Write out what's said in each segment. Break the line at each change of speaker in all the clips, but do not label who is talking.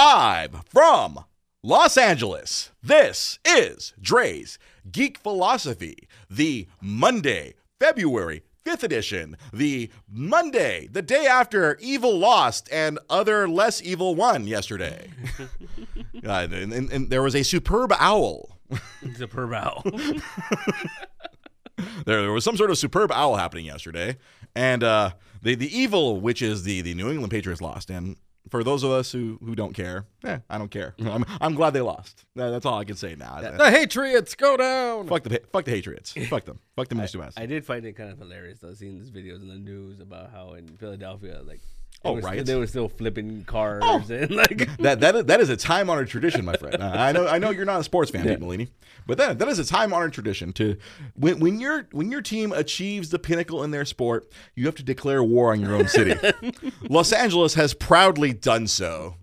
Live from Los Angeles, this is Dre's Geek Philosophy, the Monday, February 5th edition, the Monday, the day after Evil Lost and Other Less Evil Won yesterday. Uh, and, and- and there was a superb owl.
The per owl.
There, there was some sort of superb owl happening yesterday. And uh, the, the evil, which is the, the New England Patriots, lost. And for those of us who, who don't care, eh, I don't care. I'm, I'm glad they lost. That- that's all I can say now.
The Patriots go down.
Fuck the fuck the Patriots. Fuck them. Fuck them in the
I did find it kind of hilarious though, seeing these videos in the news about how in Philadelphia, like, they
Oh,
were st-
riots?
they were still flipping cars and like,
That that is, that is a time honored tradition, my friend. Uh, I know I know you're not a sports fan, Pete Molini, but that that is a time honored tradition to when when your when your team achieves the pinnacle in their sport, you have to declare war on your own city. Los Angeles has proudly done so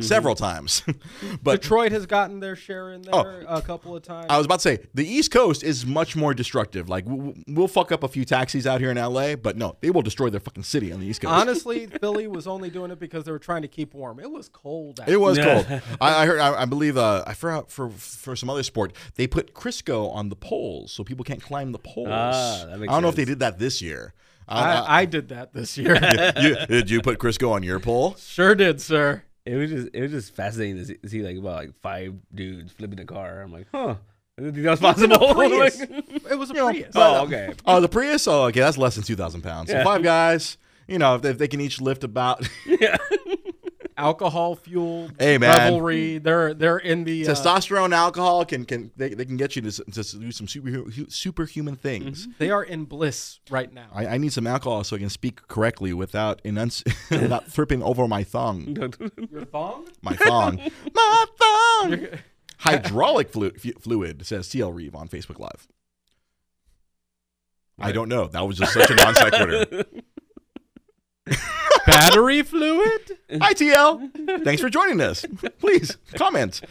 several times, but
Detroit has gotten their share in there a couple of times.
Oh. I was about to say the East Coast is much more destructive. Like w- w- we'll fuck up a few taxis out here in L.A., but no, they will destroy their fucking city on the East Coast.
Honestly, Philly was only doing it because they were trying to keep warm. It was cold. Out.
It was
Yeah.
cold. I, I heard. I, I believe. Uh, I forgot for for some other sport, they put Crisco on the poles so people can't climb the poles.
Ah, that
I
makes
don't know if they
sense.
did that this year. I,
I, I did that this year.
I, you, did you put Crisco on your pole?
sure did, sir.
it was just, it was just fascinating to see, see like about like five dudes flipping a car. I'm like, huh, I didn't think that was possible.
Prius.
Like-
It was a Prius.
oh, okay.
Oh, the Prius. Oh, okay, that's less than two thousand pounds. So five guys. You know, if they, if they can each lift about
Alcohol fueled
Hey, man.
revelry. They're they're in the uh,
testosterone, alcohol can can they, they can get you to, s- to s- do some super superhuman things.
Mm-hmm.
they are in bliss right now.
I, I need some alcohol so I can speak correctly without enunci- without tripping over my thong.
Your thong?
My thong. My thong. Hydraulic flu- fu- fluid, says TL Reeve on Facebook Live. I don't know. That was just such a non sequitur.
Battery fluid?
Hi, TL. Thanks for joining us. Please comment.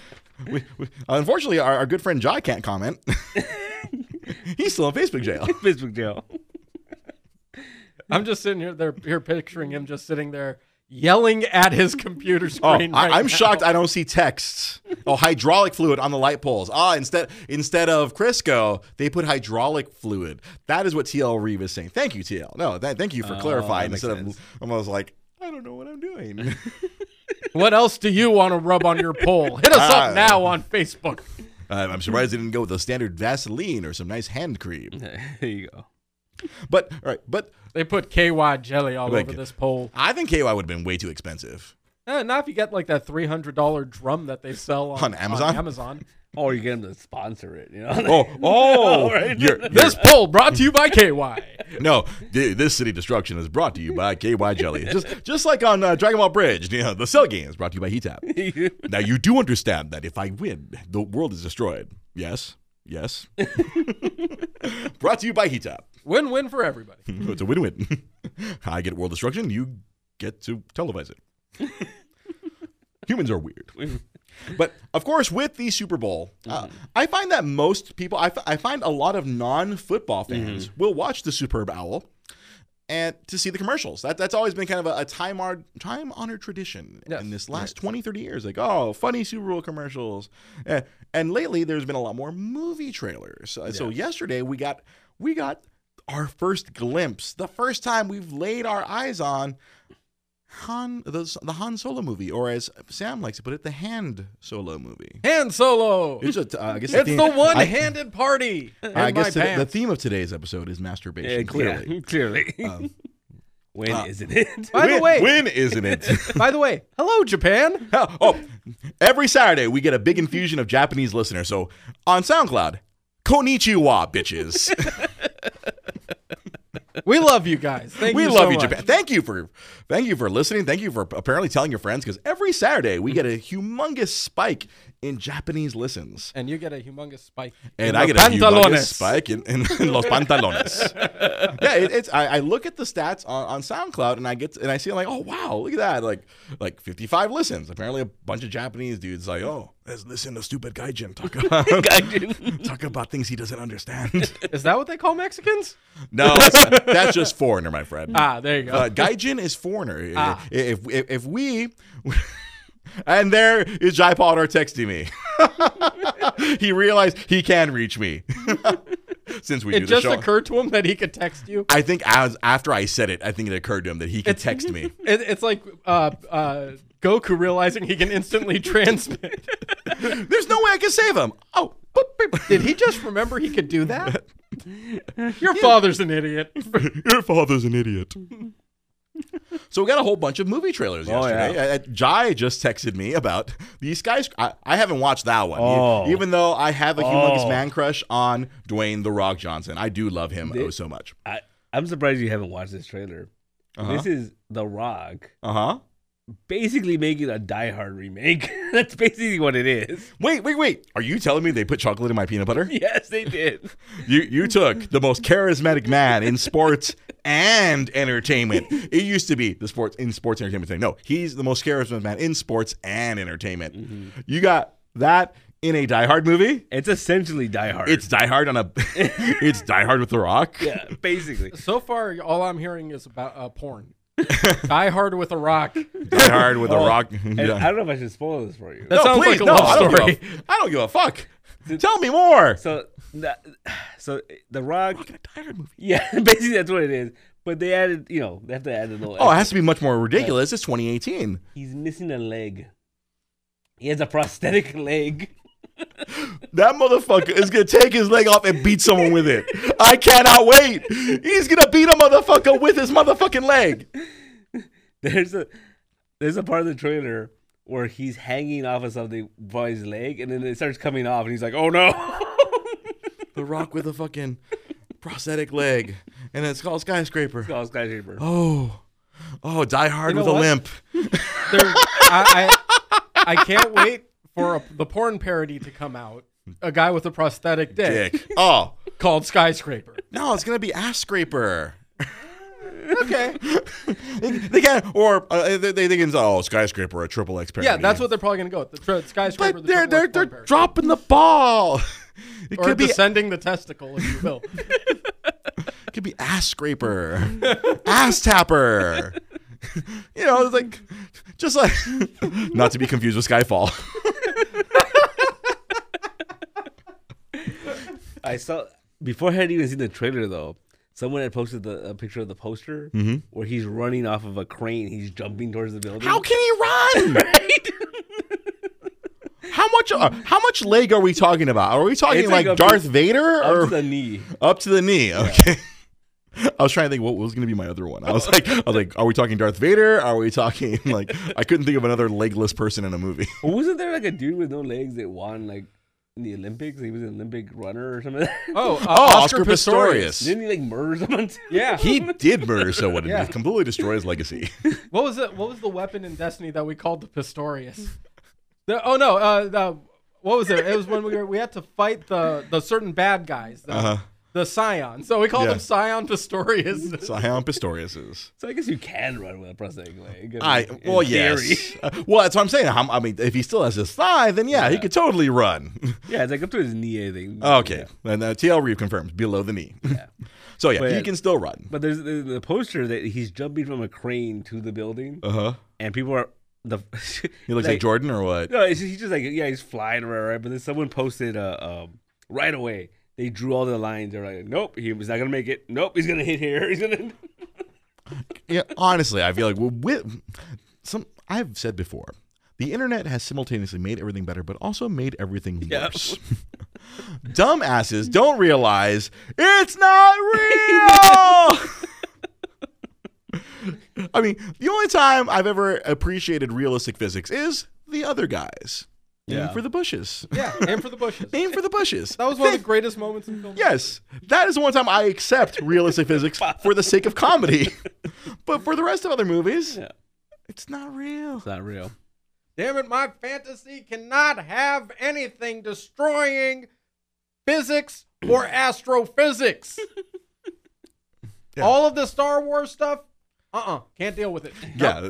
We, we, unfortunately, our, our good friend Jai can't comment. He's still in Facebook jail.
Facebook jail.
I'm just sitting here. They're here picturing him just sitting there yelling at his computer
Oh,
screen.
I,
right
I'm
now.
shocked. I don't see texts. Oh, hydraulic fluid on the light poles. Ah, instead instead of Crisco, they put hydraulic fluid. That is what TL Reeve is saying. Thank you, TL. No, th- thank you for
Oh,
clarifying.
that makes
Instead
sense.
of I'm almost like I don't know what I'm doing.
What else do you want to rub on your pole? Hit us
Ah.
up now on Facebook.
Uh, I'm surprised they didn't go with a standard Vaseline or some nice hand cream.
there you go.
But all right, but
They put KY jelly all
Like-
over this pole.
I think KY would have been way too expensive.
Eh, not if you get like that three hundred dollar drum that they sell on,
On Amazon?
Amazon.
Or you get them to sponsor it. You know.
Oh, oh,
right.
you're,
This pole brought to you by KY.
No, th- this city destruction is brought to you by KY Jelly. Just just like on uh, Dragon Ball Bridge, you know, the cell game is brought to you by Heatap. now you do understand that if I win, the world is destroyed. Yes, yes. brought to you by Heatap.
Win win for everybody.
It's a win-win. I get world destruction. You get to televise it. Humans are weird. But of course, with the Super Bowl, uh, I find that most people, I, f- I find a lot of non-football fans will watch the Superb Owl and to see the commercials. That that's always been kind of a, a time honored time honored tradition
Yes.
in this last 20, 30 years. Like, oh, funny Super Bowl commercials. Eh, and lately there's been a lot more movie trailers. Uh, So yesterday we got we got our first glimpse, the first time we've laid our eyes on Han the, the Han Solo movie, or as Sam likes to put it, the Hand Solo movie.
Hand solo.
It's, a, uh, I guess
It's
theme-
the one
I-
handed party. in
I
my
guess today- the
pants.
theme of today's episode is masturbation.
Yeah,
clearly,
yeah, clearly. when isn't it?
By the
When-
way-
when isn't it?
By the way, hello Japan.
Oh, oh, every Saturday we get a big infusion of Japanese listeners. So on SoundCloud, Konichiwa, bitches.
We love you guys. Thank
we
you
love
so
you,
much.
Japan. Thank you for, thank you for listening. Thank you for apparently telling your friends because every Saturday we get a humongous spike in Japanese listens.
And you get a humongous spike. in
and I
the
get a humongous
pantalones.
spike in, in, in los pantalones. yeah, it, it's I, I look at the stats on, on SoundCloud and I get and I see like, oh wow, look at that, like like 55 listens. Apparently, a bunch of Japanese dudes like, oh, let's listen to stupid gaijin talk about talk about things he doesn't understand.
Is that what they call Mexicans?
no, that's, that's just foreigner, my friend.
Ah, there you go.
Uh, gaijin is foreigner. If, if if we and there is Jai Potter texting me. he realized he can reach me since we
It
do the
just
show.
occurred to him that he could text you.
I think as after I said it, I think it occurred to him that he could text me.
It, it's like uh, uh, Goku realizing he can instantly transmit.
There's no way I can save him. Oh, boop, beep.
Did he just remember he could do that? Your father's an idiot.
Your father's an idiot. so we got a whole bunch of movie trailers
Oh,
yesterday. Uh, uh, Jai just texted me about the skyscraper. I, I haven't watched that one,
Oh.
E- even though I have a humongous
Oh.
man crush on Dwayne the Rock Johnson. I do love him
The-
oh so much.
I, I'm surprised you haven't watched this trailer.
Uh huh.
This is The Rock
Uh huh.
basically making a Die Hard remake. That's basically what it is.
Wait, wait, wait. Are you telling me they put chocolate in my peanut butter?
Yes, they did.
You you took the most charismatic man in sports and entertainment. It used to be the sports in sports entertainment thing. No, he's the most charismatic man in sports and entertainment. You got that in a Die Hard movie.
It's essentially Die Hard.
It's Die Hard on a. it's Die Hard with the Rock.
yeah, basically.
So far, all I'm hearing is about uh, porn. Die hard with a rock.
Die Hard with the Rock.
And
Yeah.
I don't know if I should spoil this for you.
That sounds like a love
I don't
story.
Give a, I don't give a fuck. Tell me more.
So, that, so The Rock.
Fucking a Die Hard movie.
Yeah, basically that's what it is. But they added, you know, they have to add a little.
Oh, it has to be much more ridiculous. It's 2018.
He's missing a leg. He has a prosthetic leg.
That motherfucker is gonna take his leg off and beat someone with it. I cannot wait. He's gonna beat a motherfucker with his motherfucking leg.
There's a there's a part of the trailer where he's hanging off of something by his leg, and then it starts coming off, and he's like, "Oh no!"
The Rock with a fucking prosthetic leg, and it's called skyscraper.
Call skyscraper.
Oh, oh, Die Hard
You know
with a
what?
limp.
There, I, I, I can't wait for a, the porn parody to come out. A guy with a prosthetic dick,
Dick. Oh
called Skyscraper.
no, it's gonna be ass scraper. okay. they, they can, or uh, they, they think it's oh skyscraper a triple X parody.
Yeah, that's what they're probably going to go with. The tra- Skyscraper.
But
the
they're
triple
they're
X porn
they're
parody.
dropping the ball. It
Or
could be
descending the testicle, if you will.
It could be ass scraper, ass tapper. you know, it's like just like not to be confused with Skyfall.
I saw before I had even seen the trailer though. Someone had posted the, a picture of the poster
Mm-hmm.
where he's running off of a crane. He's jumping towards the building.
How can he run? How much? Uh, how much leg are we talking about? Are we talking
It's
like,
like up to-
Darth Vader
Up
or
to the knee.
up to the knee? Okay. I was trying to think what was going to be my other one. I was like, I was like, are we talking Darth Vader? Are we talking like I couldn't think of another legless person in a movie.
Wasn't there like a dude with no legs that won like in the Olympics? He was an Olympic runner or something.
Oh, uh,
Oh, Oscar Pistorius.
Didn't he like murder someone? too?
Yeah.
He did murder someone.
Yeah.
And it completely destroyed his legacy.
What was it? What was the weapon in Destiny that we called the Pistorius? The- oh no, uh, the, what was it? It was when we were we had to fight the the certain bad guys, the,
Uh-huh.
the Scion. So we called
Yeah.
him Scion Pistorius.
So Ion Pistorius is.
So I guess you can run with a prosthetic leg.
I
mean, in
well
theory.
yes. Uh, well, that's what I'm saying. How- I mean, if he still has his thigh, then yeah, he
Yeah.
could totally run.
Yeah, it's like up to his knee, I think.
okay,
Yeah.
and uh, TL Reeve confirms below the knee. so yeah,
But-
he can still run.
But there's the, the poster that he's jumping from a crane to the building,
Uh huh.
and people are the.
He looks like, Jordan or what?
No, it's just, he's just like yeah, he's flying around, right? But then someone posted uh, um, right away. They drew all the lines. They're like, nope, he was not gonna make it. Nope, he's gonna hit here. He's gonna.
Yeah. Honestly, I feel like well, with some I've said before, the internet has simultaneously made everything better, but also made everything
Yep.
worse. Dumbasses don't realize it's not real. I mean, the only time I've ever appreciated realistic physics is the other guys. Aim
Yeah.
for the bushes.
yeah, aim for the bushes.
Aim for the bushes.
That was one of the greatest moments in film.
Yes, that is the one time I accept realistic physics for the sake of comedy. But for the rest of other movies,
Yeah.
it's not real.
It's not real.
Damn it, my fantasy cannot have anything destroying physics or astrophysics.
Yeah.
All of the Star Wars stuff, uh-uh, can't deal with it.
Yeah,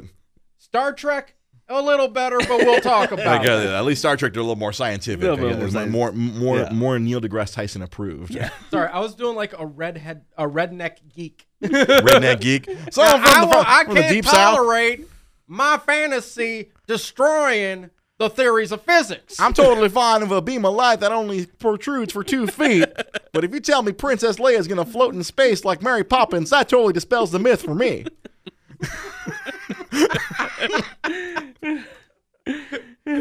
Star Trek, a little better, but we'll talk about
like,
it.
uh, at least Star Trek, they're a little more scientific.
Little
I
bit
guess.
more
There's more, more,
Yeah.
more Neil deGrasse Tyson approved.
Yeah.
Sorry, I was doing like a redhead, a redneck geek.
Redneck geek. So
I,
I'm from, the,
will- I
from the
can't
deep south.
tolerate my fantasy destroying the theories of physics.
I'm totally fine with a beam of light that only protrudes for two feet, but if you tell me Princess Leia is going to float in space like Mary Poppins, that totally dispels the myth for me.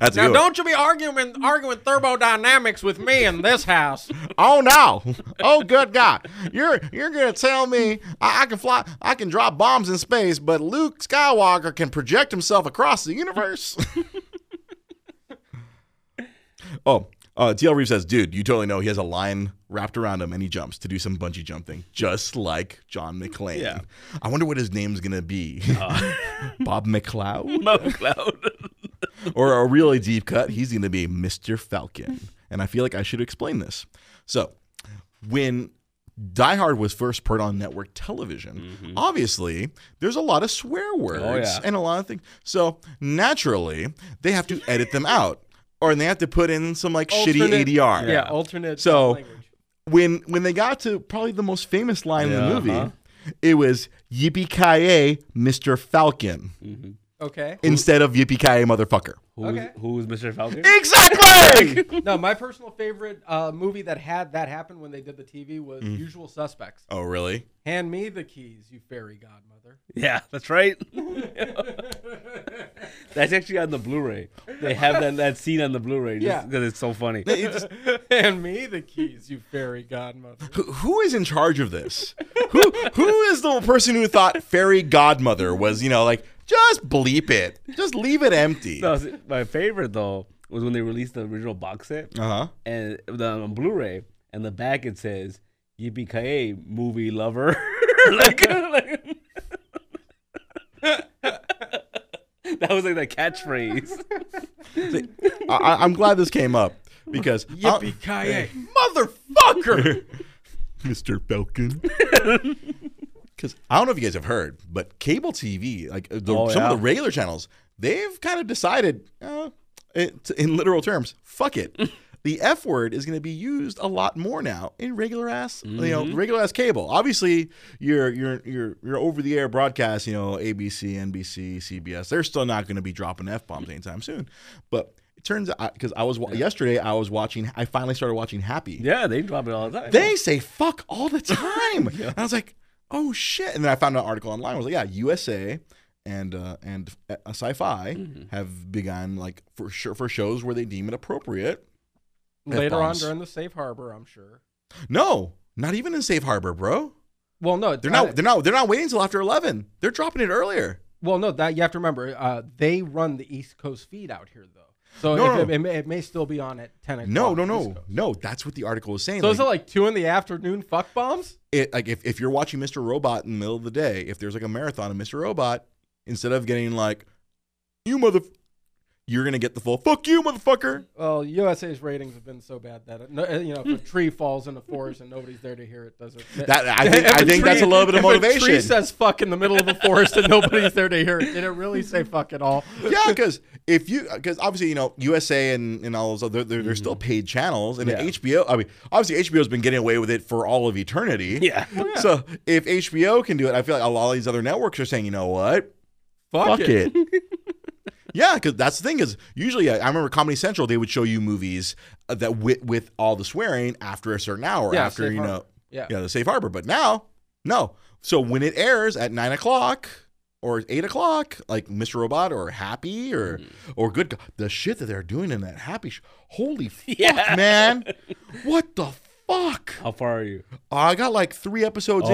That's
now,
good.
don't you be arguing arguing thermodynamics with me in this house.
Oh no! Oh good God! You're you're gonna tell me I, I can fly? I can drop bombs in space, but Luke Skywalker can project himself across the universe? oh, uh, TL Reeve says, dude, you totally know he has a line wrapped around him, and he jumps to do some bungee jump thing, just like John McClane.
Yeah.
I wonder what his name's gonna be. Bob McCloud,
McCloud.
or a really deep cut, he's gonna be Mr. Falcon. And I feel like I should explain this. So when Die Hard was first put on network television, obviously there's a lot of swear words
yeah.
and a lot of things. So naturally, they have to edit them out, or they have to put in some like
Alternate-
shitty ADR.
Yeah, alternate
So-
language.
When when they got to probably the most famous line in the
Yeah,
movie,
uh-huh.
it was Yippee ki Mr. Falcon,
Okay.
instead of Yippee ki motherfucker.
Who's,
Okay.
who's Mr. Falcon?
Exactly.
No, my personal favorite uh, movie that had that happen when they did the TV was
Mm.
Usual Suspects.
oh really?
Hand me the keys, you fairy godmother.
Yeah, that's right. that's actually on the Blu-ray. They have that, that scene on the Blu-ray just
Yeah.
because it's so funny.
Hand me the keys, you fairy godmother.
Who- who is in charge of this? who who is the person who thought fairy godmother was, you know, like just bleep it. Just leave it empty.
No, see, my favorite though was when they released the original box set
Uh-huh.
and the on Blu-ray and the back it says Yippee ki movie lover. like, like- that was like the catchphrase.
I- I, I'm glad this came up because uh, I'll-
Yippee ki motherfucker!
Mr. Falcon. Because I don't know if you guys have heard, but cable TV, like uh, the,
Oh,
some
yeah.
of the regular channels, they've kind of decided, uh, it, in literal terms, fuck it. the F word is going to be used a lot more now in regular ass, you know, regular ass cable. Obviously, your your your your over the air broadcast, you know, ABC, NBC, CBS, they're still not going to be dropping F bombs anytime soon. But it turns out because I was wa- yesterday, I was watching, I finally started watching Happy
Yeah, they drop it all the time.
they say fuck all the time. And I was like, oh shit. And then I found an article online. I was like, yeah, USA and uh, and uh, Sci-Fi
Mm-hmm.
have begun like for sure for shows where they deem it appropriate.
Later on
F-bombs.
during the safe harbor, I'm sure.
No, not even in safe harbor, bro.
Well, no, uh,
They're
I-
not. They're not. They're not waiting until after eleven. They're dropping it earlier.
Well, no, that you have to remember, uh, they run the East Coast feed out here though, so
No,
if
no,
It, it, may, it may still be on at ten o'clock.
No, no,
East
no,
Coast.
no. That's what the article was saying.
So
like,
is it like two in the afternoon? Fuck bombs.
it, like if, if you're watching Mr. Robot in the middle of the day, if there's like a marathon of Mr. Robot, instead of getting like you mother, you're gonna get the full fuck you motherfucker.
Well, USA's ratings have been so bad that it, no, uh, you know if a tree falls in the forest and nobody's there to hear it, does it?
That I think
If
I think that's a
tree-
little bit of
if A tree
motivation.
says "fuck" in the middle of a forest and nobody's there to hear it. Did it really say "fuck" at all?
yeah, because if you because obviously you know USA and, and all those other they're, they're still
Mm-hmm.
paid channels and
Yeah.
HBO. I mean, obviously HBO's been getting away with it for all of eternity.
Yeah.
So if HBO can do it, I feel like a lot of these other networks are saying, you know what, fuck, it. yeah, because that's the thing is usually I I remember Comedy Central they would show you movies uh, that with with all the swearing after a certain hour
Yeah,
after
safe
you
harbor.
know
Yeah.
yeah the safe harbor, but now no. So when it airs at nine o'clock or eight o'clock, like Mr. Robot or Happy or
Mm.
or Good, Go- the shit that they're doing in that Happy, sh- holy fuck,
Yeah.
man, what the fuck? Uh,
How far are you?
I got like three episodes
Oh,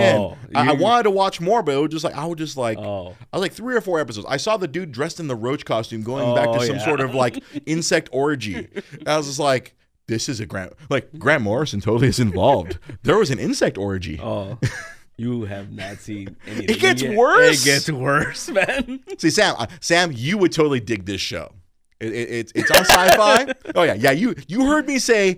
in. I, I
you-
wanted to watch more, but it was just like I was just like
Oh.
I was like three or four episodes. I saw the dude dressed in the roach costume going back to
Oh,
some
yeah.
sort of like insect orgy. And I was just like, this is a Grant like Grant Morrison totally is involved. there was an insect orgy.
Oh, you have not seen anything.
gets worse.
It gets worse, man.
See, Sam, uh, Sam, you would totally dig this show. It, it, it's it's on sci-fi. oh yeah, yeah. You you heard me say,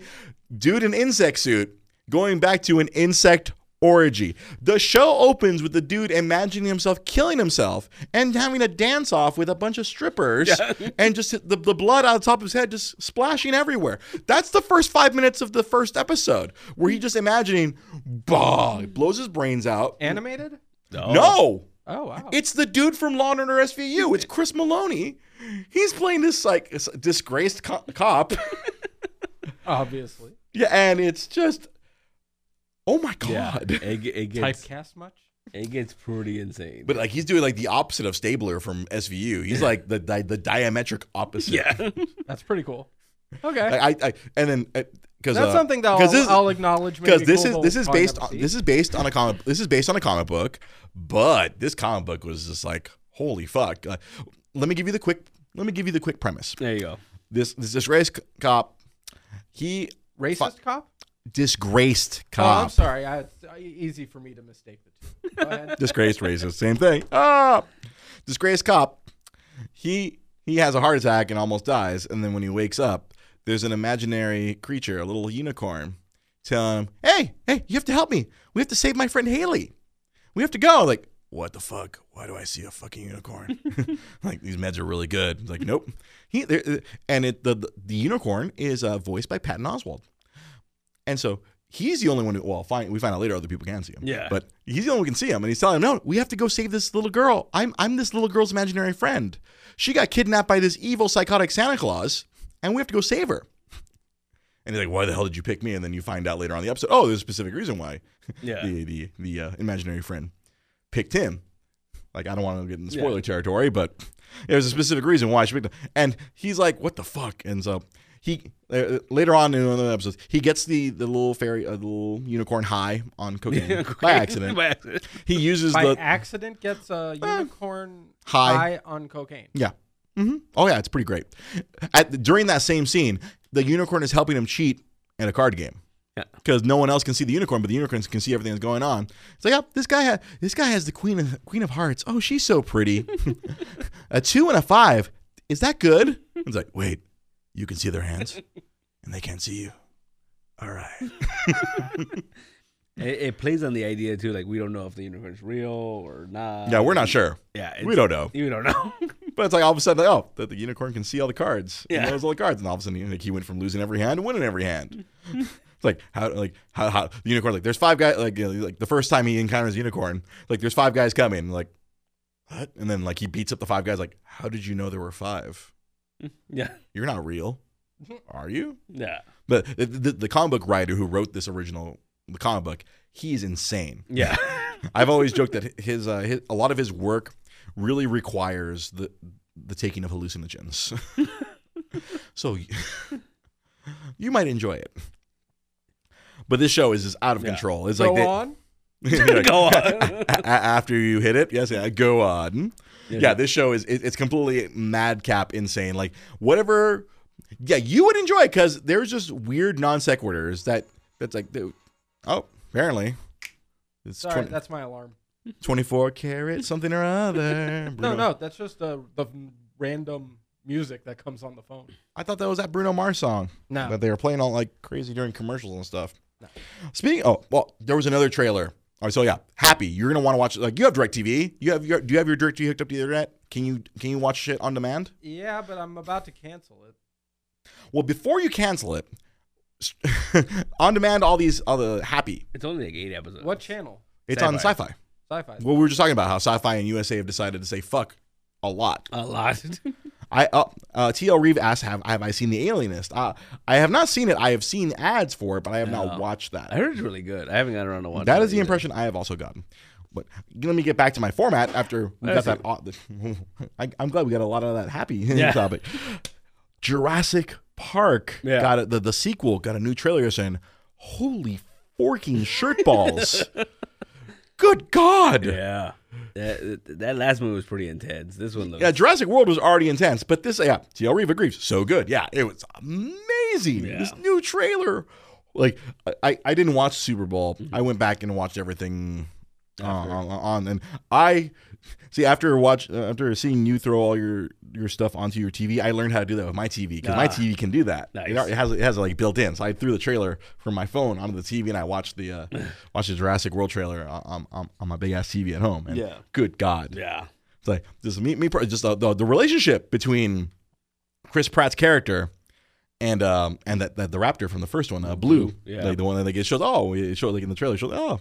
dude in insect suit going back to an insect orgy. The show opens with the dude imagining himself killing himself and having a dance off with a bunch of strippers and just the, the blood out of the top of his head just splashing everywhere. That's the first five minutes of the first episode where he just imagining, bah, blows his brains out.
Animated?
No.
Oh wow.
It's the dude from Law and Order SVU. It's Chris Maloney. He's playing this like this disgraced co- cop.
Obviously.
yeah, and it's just, oh my god.
It, it gets
Typecast much?
it gets pretty insane.
But like he's doing like the opposite of Stabler from SVU. He's like the the, the diametric opposite.
That's pretty cool. Okay.
Like, I, I and then uh, because
That's something that I'll,
this,
I'll acknowledge.
because this is this is based on this is based on a comic this is based on a comic book, but this comic book was just like holy fuck. Uh, let me give you the quick let me give you the quick premise.
there you go.
This this disgraced c- cop, he
racist cop.
disgraced
Oh,
cop.
I'm sorry. I, it's uh, easy for me to mistake the two. Go ahead.
disgraced racist, same thing. Ah, disgraced cop. He he has a heart attack and almost dies, and then when he wakes up, there's an imaginary creature, a little unicorn, telling him, "Hey, hey, you have to help me. We have to save my friend Haley. We have to go." Like, what the fuck? Why do I see a fucking unicorn? like these meds are really good. It's like, nope. He there, uh, and it the, the the unicorn is uh, voiced by Patton Oswald, and so. He's the only one who, well, fine, we find out later other people can see him.
Yeah.
But but he's the only one who can see him, and he's telling him, "No, we have to go save this little girl. I'm I'm this little girl's imaginary friend. She got kidnapped by this evil psychotic Santa Claus, and we have to go save her." And he's like, "Why the hell did you pick me?" And then you find out later on the episode, "Oh, there's a specific reason why
Yeah.
the the the uh, imaginary friend picked him." Like, I don't want to get in spoiler territory, but there's a specific reason why she picked him. And he's like, "What the fuck?" And so. He uh, later on in another episode, he gets the, the little fairy, uh, the little unicorn high on cocaine by accident.
By accident.
He uses
By
the Ah.
accident, gets a unicorn
high.
high on cocaine.
yeah. hmm Oh yeah, it's pretty great. At the, during that same scene, the unicorn is helping him cheat in a card game.
Yeah.
Because no one else can see the unicorn, but the unicorns can see everything that's going on. It's like, yeah, this guy has this guy has the queen of queen of hearts. Oh, she's so pretty. a two and a five. Is that good? It's like, wait, you can see their hands, and they can't see you. All right.
It, it plays on the idea too, like we don't know if the unicorn's real or not.
Yeah, we're not sure.
Yeah,
We don't know.
You don't know.
But it's like all of a sudden, oh, that the unicorn can see all the cards. Yeah,
Yeah.
he knows all the cards, and all of a sudden, like, he went from losing every hand to winning every hand. it's like how, like how, how the unicorn, like there's five guys, like you know, like the first time he encounters a unicorn, like there's five guys coming, like what? And then like he beats up the five guys, like how did you know there were five?
yeah,
You're not real, are you?
yeah,
But the, the, the comic book writer who wrote this original the comic book, he's insane.
yeah.
I've always joked that his, uh, his a lot of his work really requires the the taking of hallucinogens. so y- you might enjoy it. But this show is just out of
Yeah.
control. It's
Go
like they-
on.
you're like,
Go on.
a- a- after you hit it, yes, yeah, go on. Yeah, this show is it, it's completely madcap insane. Like whatever, yeah, you would enjoy it because there's just weird non sequiturs that that's like, dude, oh, apparently. It's
Sorry,
20
that's my alarm.
24 karat something or other.
No,
Bruno-
no, that's just the the random music that comes on the phone.
I thought that was that Bruno Mars song
No.
that they were playing all like crazy during commercials and stuff. Speaking, oh well, there was another trailer. All right, so yeah, happy. You're gonna want to watch. Like, you have Directv. You have your. Do you have your Directv hooked up to the internet? Can you can you watch shit on demand?
Yeah, but I'm about to cancel it.
Well, before you cancel it, on demand, all these other happy.
It's only like eight episodes.
What channel?
It's on
Sci-fi.
Sci-Fi.
Sci-fi.
Well, we were just talking about how Sci-Fi and USA have decided to say fuck a lot.
A lot.
I uh, uh, TL Reeve asked, "Have have I seen The Alienist?" Uh, I have not seen it. I have seen ads for it, but I have not
No.
watched
I
that.
heard it's really good. I haven't got around to watching.
That is
it
the
either.
impression I have also gotten. But let me get back to my format after we got that.
That's
au- I, I'm glad we got a lot of that happy
Yeah.
topic. Jurassic Park
Yeah.
got a, the the sequel got a new trailer saying, "Holy forking shirt balls! Good God!"
Yeah, that, that last movie was pretty intense. This one looks.
Yeah, Jurassic World was already intense, but this, yeah, T.L. Reeve agrees. So good. Yeah, it was amazing.
Yeah.
This new trailer. Like, I, I didn't watch Super Bowl.
Mm-hmm.
I went back and watched everything uh, on, on. And I, see, after watch uh, after seeing you throw all your, your stuff onto your TV, I learned how to do that with my TV because my
Ah.
TV can do that.
Nice.
It, already has, it has like built in. So I threw the trailer from my phone onto the TV and I watched the uh, watched the Jurassic World trailer on, on, on my big ass TV at home. And
Yeah.
good God.
yeah,
It's like just me, me, just the, the, the relationship between Chris Pratt's character and um and that, that the raptor from the first one, uh, Blue,
Blue, Mm-hmm. yeah.
like the one that like, it shows. Oh, it shows like in the trailer, it shows oh,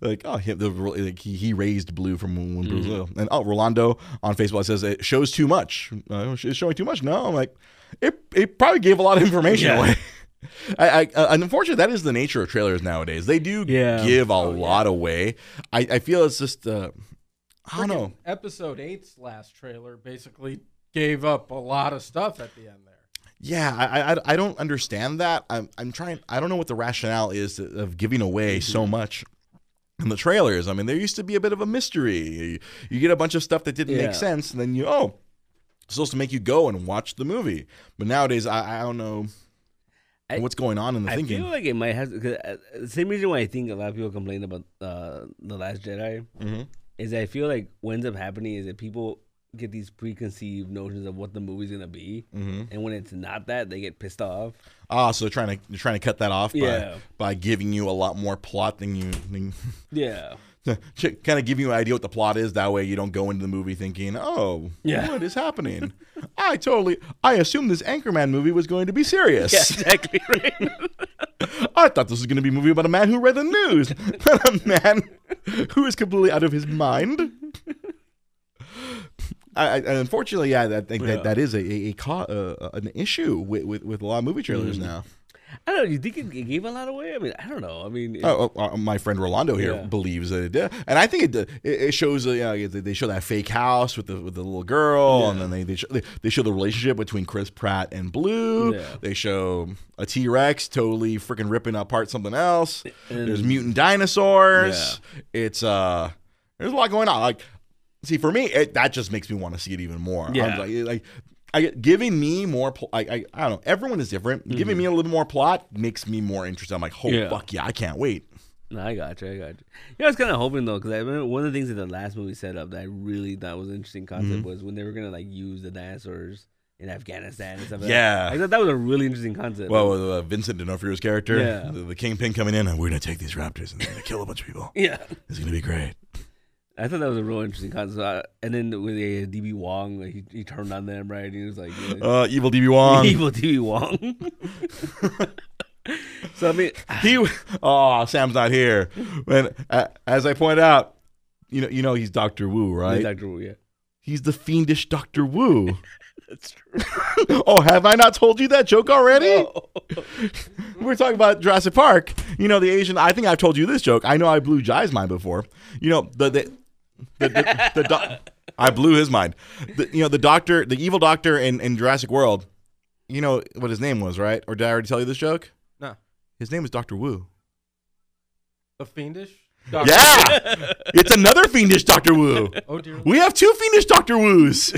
like oh he, the, like, he, he raised blue from when
Mm-hmm.
blue was little. And oh, Rolando on Facebook says it shows too much. Uh, it's showing too much. No, I'm like it. It probably gave a lot of information
Yeah.
away. I, I uh, unfortunately that is the nature of trailers nowadays. They do
Yeah.
give a lot away. I, I feel it's just uh, I don't know.
Episode eight's last trailer basically gave up a lot of stuff at the end there.
Yeah, I, I- I, I don't understand that. I'm, I'm trying. I don't know what the rationale is of giving away
Mm-hmm.
so much in the trailers. I mean, there used to be a bit of a mystery. You, you get a bunch of stuff that didn't
Yeah.
make sense, and then you oh, it's supposed to make you go and watch the movie. But nowadays, I, I don't know
I-
what's going on in the
I
thinking.
feel like it might have 'cause, uh, the same reason why I think a lot of people complain about uh, the Last Jedi
Mhm.
is I feel like what ends up happening is that people get these preconceived notions of what the movie's gonna be,
Mm-hmm.
and when it's not that, they get pissed off.
Ah, so they're trying to they're trying to cut that off by
Yeah.
by giving you a lot more plot than you. Than,
Yeah,
kind of give you an idea what the plot is. That way, you don't go into the movie thinking, "Oh,
Yeah.
what is happening?" I totally, I assumed this Anchorman movie was going to be serious.
yeah, exactly. Right?
I thought this was going to be a movie about a man who read the news, not a man who is completely out of his mind. I, I, and unfortunately, yeah, I think
Yeah.
that that is a, a, a ca- uh, an issue with, with, with a lot of movie trailers
Mm.
now.
I don't know. You think it, it gave a lot away? I mean, I don't know. I mean, it-
Oh, oh, oh, my friend Rolando here
Yeah.
believes that it did, and I think it did. It, it shows. Uh, yeah, they they show that fake house with the with the little girl, and then they they show, they, they show the relationship between Chris Pratt and Blue.
Yeah.
They show a T Rex totally freaking ripping apart something else.
And-
There's mutant dinosaurs. It's uh, there's a lot going on. Like, see, for me, it, that just makes me want to see it even more. I'm
Yeah.
like, like I, giving me more, pl- I, I, I don't know. Everyone is different.
Mm-hmm.
Giving me a little more plot makes me more interested. I'm like, oh
Yeah.
fuck yeah, I can't wait.
No, I got you. I got you. Yeah, I was kind of hoping though, because I remember one of the things that the last movie set up that I really thought was an interesting concept
Mm-hmm.
was when they were gonna like use the dinosaurs in Afghanistan and stuff. like that.
Yeah.
I thought that was a really interesting concept.
Well, uh, Vincent D'Onofrio's character,
Yeah.
the, the kingpin coming in, we're gonna take these raptors and they're gonna kill a bunch of people.
yeah,
It's gonna be great.
I thought that was a real interesting concept. So I- and then with uh, DB Wong, like he, he turned on them, right? He was like you know,
Uh, evil DB Wong.
evil DB Wong. so I mean,
he oh Sam's not here. When uh, as I point out, you know you know he's Doctor Wu, right?
Doctor Wu, yeah,
He's the fiendish Doctor Wu.
that's true.
oh, have I not told you that joke already? We We're talking about Jurassic Park. You know the Asian. I think I've told you this joke. I know I blew Jai's mind before. You know the the the, the, the doc- I blew his mind. The, you know the doctor, the evil doctor in in Jurassic World. You know what his name was, right? Or did I already tell you this joke?
No.
His name is Doctor Wu.
The Fiendish?
Yeah, it's another fiendish Doctor Wu.
Oh, dear.
We have two fiendish Doctor Woos.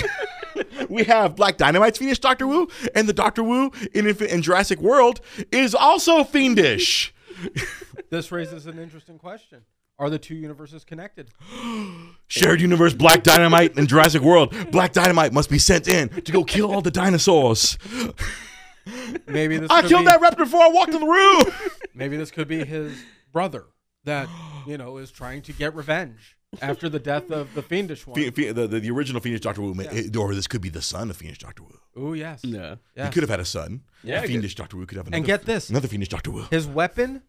we have Black Dynamite's fiendish Doctor Woo, and the Doctor Woo in, Infi- in Jurassic World is also fiendish.
This raises an interesting question. Are the two universes connected?
Shared universe, Black Dynamite, and Jurassic World. Black Dynamite must be sent in to go kill all the dinosaurs.
Maybe this
I
could
killed
be,
that raptor before I walked in the room.
Maybe this could be his brother that, you know, is trying to get revenge after the death of the Fiendish
Fe-
one.
fe- the, the, the original Phoenix Doctor Woo, ma- or this could be the son of Phoenix Doctor Woo.
Oh, yes.
Yeah,
He
yes.
could have had a son.
Yeah,
The
I
Fiendish Doctor Woo could have another,
And get this
another Phoenix Doctor Woo.
his weapon,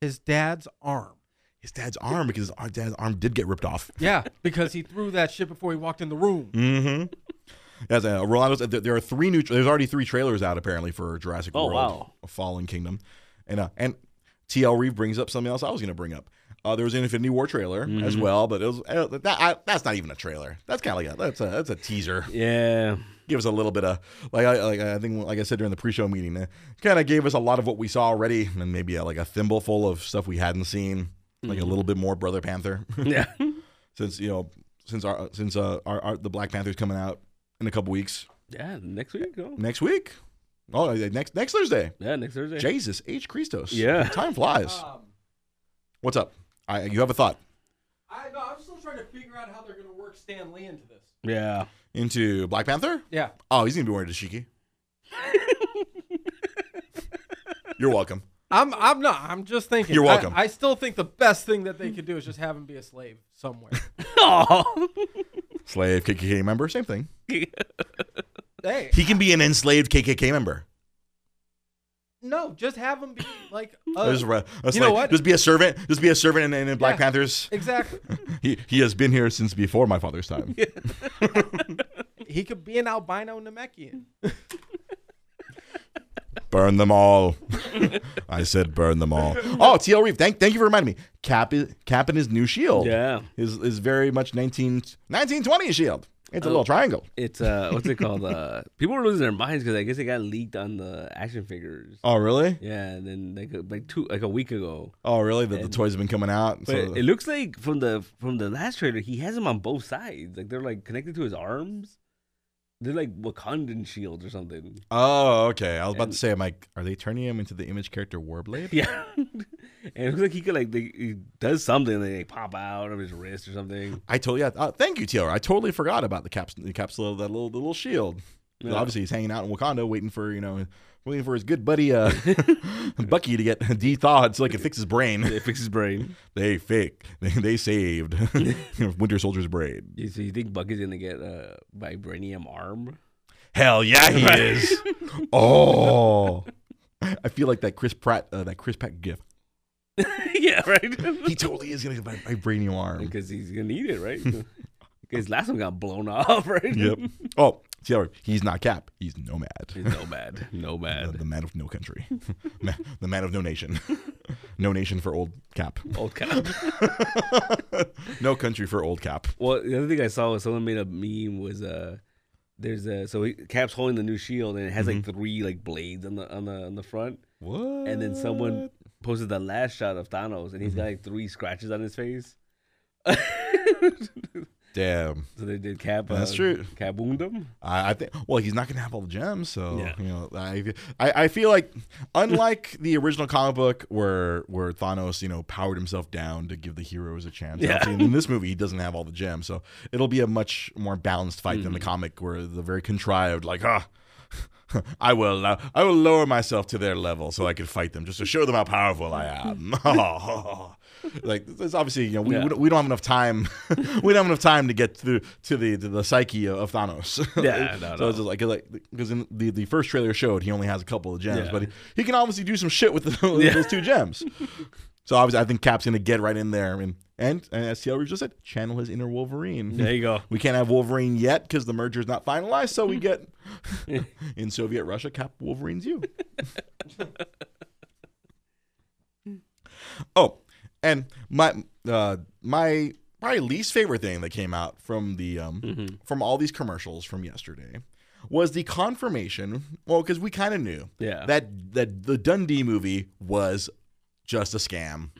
his dad's arm.
His dad's arm, because his ar- dad's arm did get ripped off.
Yeah, because he threw that shit before he walked in the room.
Mm-hmm. As uh, Rolando said, there, there are three new. There's already three trailers out apparently for Jurassic
Oh,
World,
wow.
Fallen Kingdom, and uh, and TL Reeve brings up something else I was going to bring up. Uh, there was an Infinity War trailer as
Mm-hmm.
well, but it was uh, that I, that's not even a trailer. That's kind of like a that's a that's a teaser.
yeah.
Give us a little bit of like I like I think like I said during the pre-show meeting, uh, kind of gave us a lot of what we saw already, and maybe uh, like a thimbleful of stuff we hadn't seen, like
Mm-hmm.
a little bit more Brother Panther.
Yeah,
since you know since our since uh our, our the Black Panther's coming out in a couple weeks
yeah. Next week, oh.
next week. Oh, uh, next next Thursday.
yeah, next Thursday.
Jesus H Christos.
Yeah.
time flies.
Um,
What's up? I you have a thought
I, no, I'm still trying to figure out how they're going to work Stan Lee into this.
Yeah,
into Black Panther?
Yeah.
Oh, he's gonna be wearing a dashiki. You're welcome.
I'm I'm not. I'm just thinking.
You're
I-
welcome.
I, still think the best thing that they could do is just have him be a slave somewhere.
oh,
Slave KKK member, same thing.
hey,
He can be an enslaved KKK member.
No, just have them be like.
I
Uh,
just re- I was
you know
like,
what?
Just be a servant. Just be a servant in, in, in Black
Yeah.
Panthers.
exactly.
He he has been here since before my father's time.
He could be an albino Namekian.
Burn them all. I said burn them all. Oh, TL Reeve, thank thank you for reminding me. Cap is, Cap and his new shield
Yeah.
is is very much 19, 1920 shield. It's a
Oh.
little triangle.
It's uh, what's it called? Uh, people were losing their minds because I guess it got leaked on the action figures.
Oh really?
Yeah, and then like a- like two like a week ago.
Oh really? That the toys have been coming out.
But
So
it looks like from the from the last trailer, he has them on both sides. Like they're like connected to his arms. They're like Wakandan shields or something.
oh okay. I was about
and-
to say, I'm like, are they turning him into the image character Warblade?
Yeah, and it looks like he could like they, he does something. They, they pop out of his wrist or something.
I totally. Yeah, uh, thank you, TL. I totally forgot about the caps, the capsule, of that little the little shield.
Yeah.
Obviously, he's hanging out in Wakanda, waiting for you know, waiting for his good buddy uh, Bucky to get de-thawed so he can fix his brain.
They fix his brain.
They fake. They, they saved Winter Soldier's brain.
You, so you think Buck is gonna get a vibranium arm?
Hell yeah, he is. Oh, I feel like that Chris Pratt, uh, that Chris Pratt gif.
yeah, right.
He totally is gonna get my vibranium arm.
Because he's gonna need it, right? Because last one got blown off, right?
Yep. Oh, see, he's not Cap. He's Nomad.
It's no bad, no
The,
bad.
the man of no country, Ma- the man of no nation, no nation for old cap,
Old cap.
no country for old cap.
Well, the other thing I saw was someone made a meme was uh there's a so he, Cap's holding the new shield and it has
Mm-hmm.
like three like blades on the on the on the front
What?
and then someone posted the last shot of Thanos
Mm-hmm.
and he's got like three scratches on his face. so
Damn,
they did Cap. Uh,
That's true.
Cap wound him.
I, I think. Well, he's not gonna have all the gems, so
Yeah.
you know. I, I I feel like, unlike the original comic book where where Thanos you know powered himself down to give the heroes a chance,
Yeah.
obviously, in this movie he doesn't have all the gems, so it'll be a much more balanced fight than the
Mm-hmm.
comic where the very contrived like ah. I will. Uh, I will lower myself to their level so I can fight them, just to show them how powerful I am. like it's obviously, you know, we,
Yeah.
we, don't, we don't have enough time. we don't have enough time to get through to the to the psyche of, of Thanos.
Yeah,
So
no, no.
it's just like because in the, the first trailer showed he only has a couple of gems,
Yeah.
but he, he can obviously do some shit with, the, with
Yeah.
those two gems. so obviously, I think Cap's gonna get right in there and and, and as TL just said, channel his inner Wolverine.
There you go.
We can't have Wolverine yet because the merger is not finalized. So we get in Soviet Russia, Cap Wolverine's you. oh, and my uh, my probably least favorite thing that came out from the um, from all these commercials from yesterday was the confirmation. Well, because we kind of knew
Yeah.
that that the Dundee movie was just a scam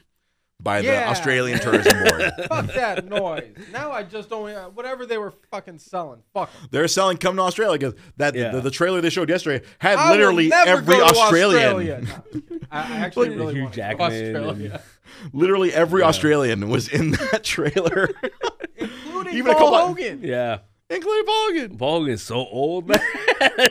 by the
Yeah.
Australian Tourism Board.
Fuck that noise. Now I just don't. uh, Whatever they were fucking selling, fuck 'em.
They're selling come to Australia because that
Yeah.
the, the trailer they showed yesterday had
I will
literally
never
every
go to
Australian,
Australia. No, I'm kidding. I, I actually
Like
really
Hugh
want to go to
Jackman and-
Australia,
literally every Australian was in that trailer,
including
Even a
Paul
couple-
Hogan.
Yeah.
including Bogan.
Paul Hogan's so old, man.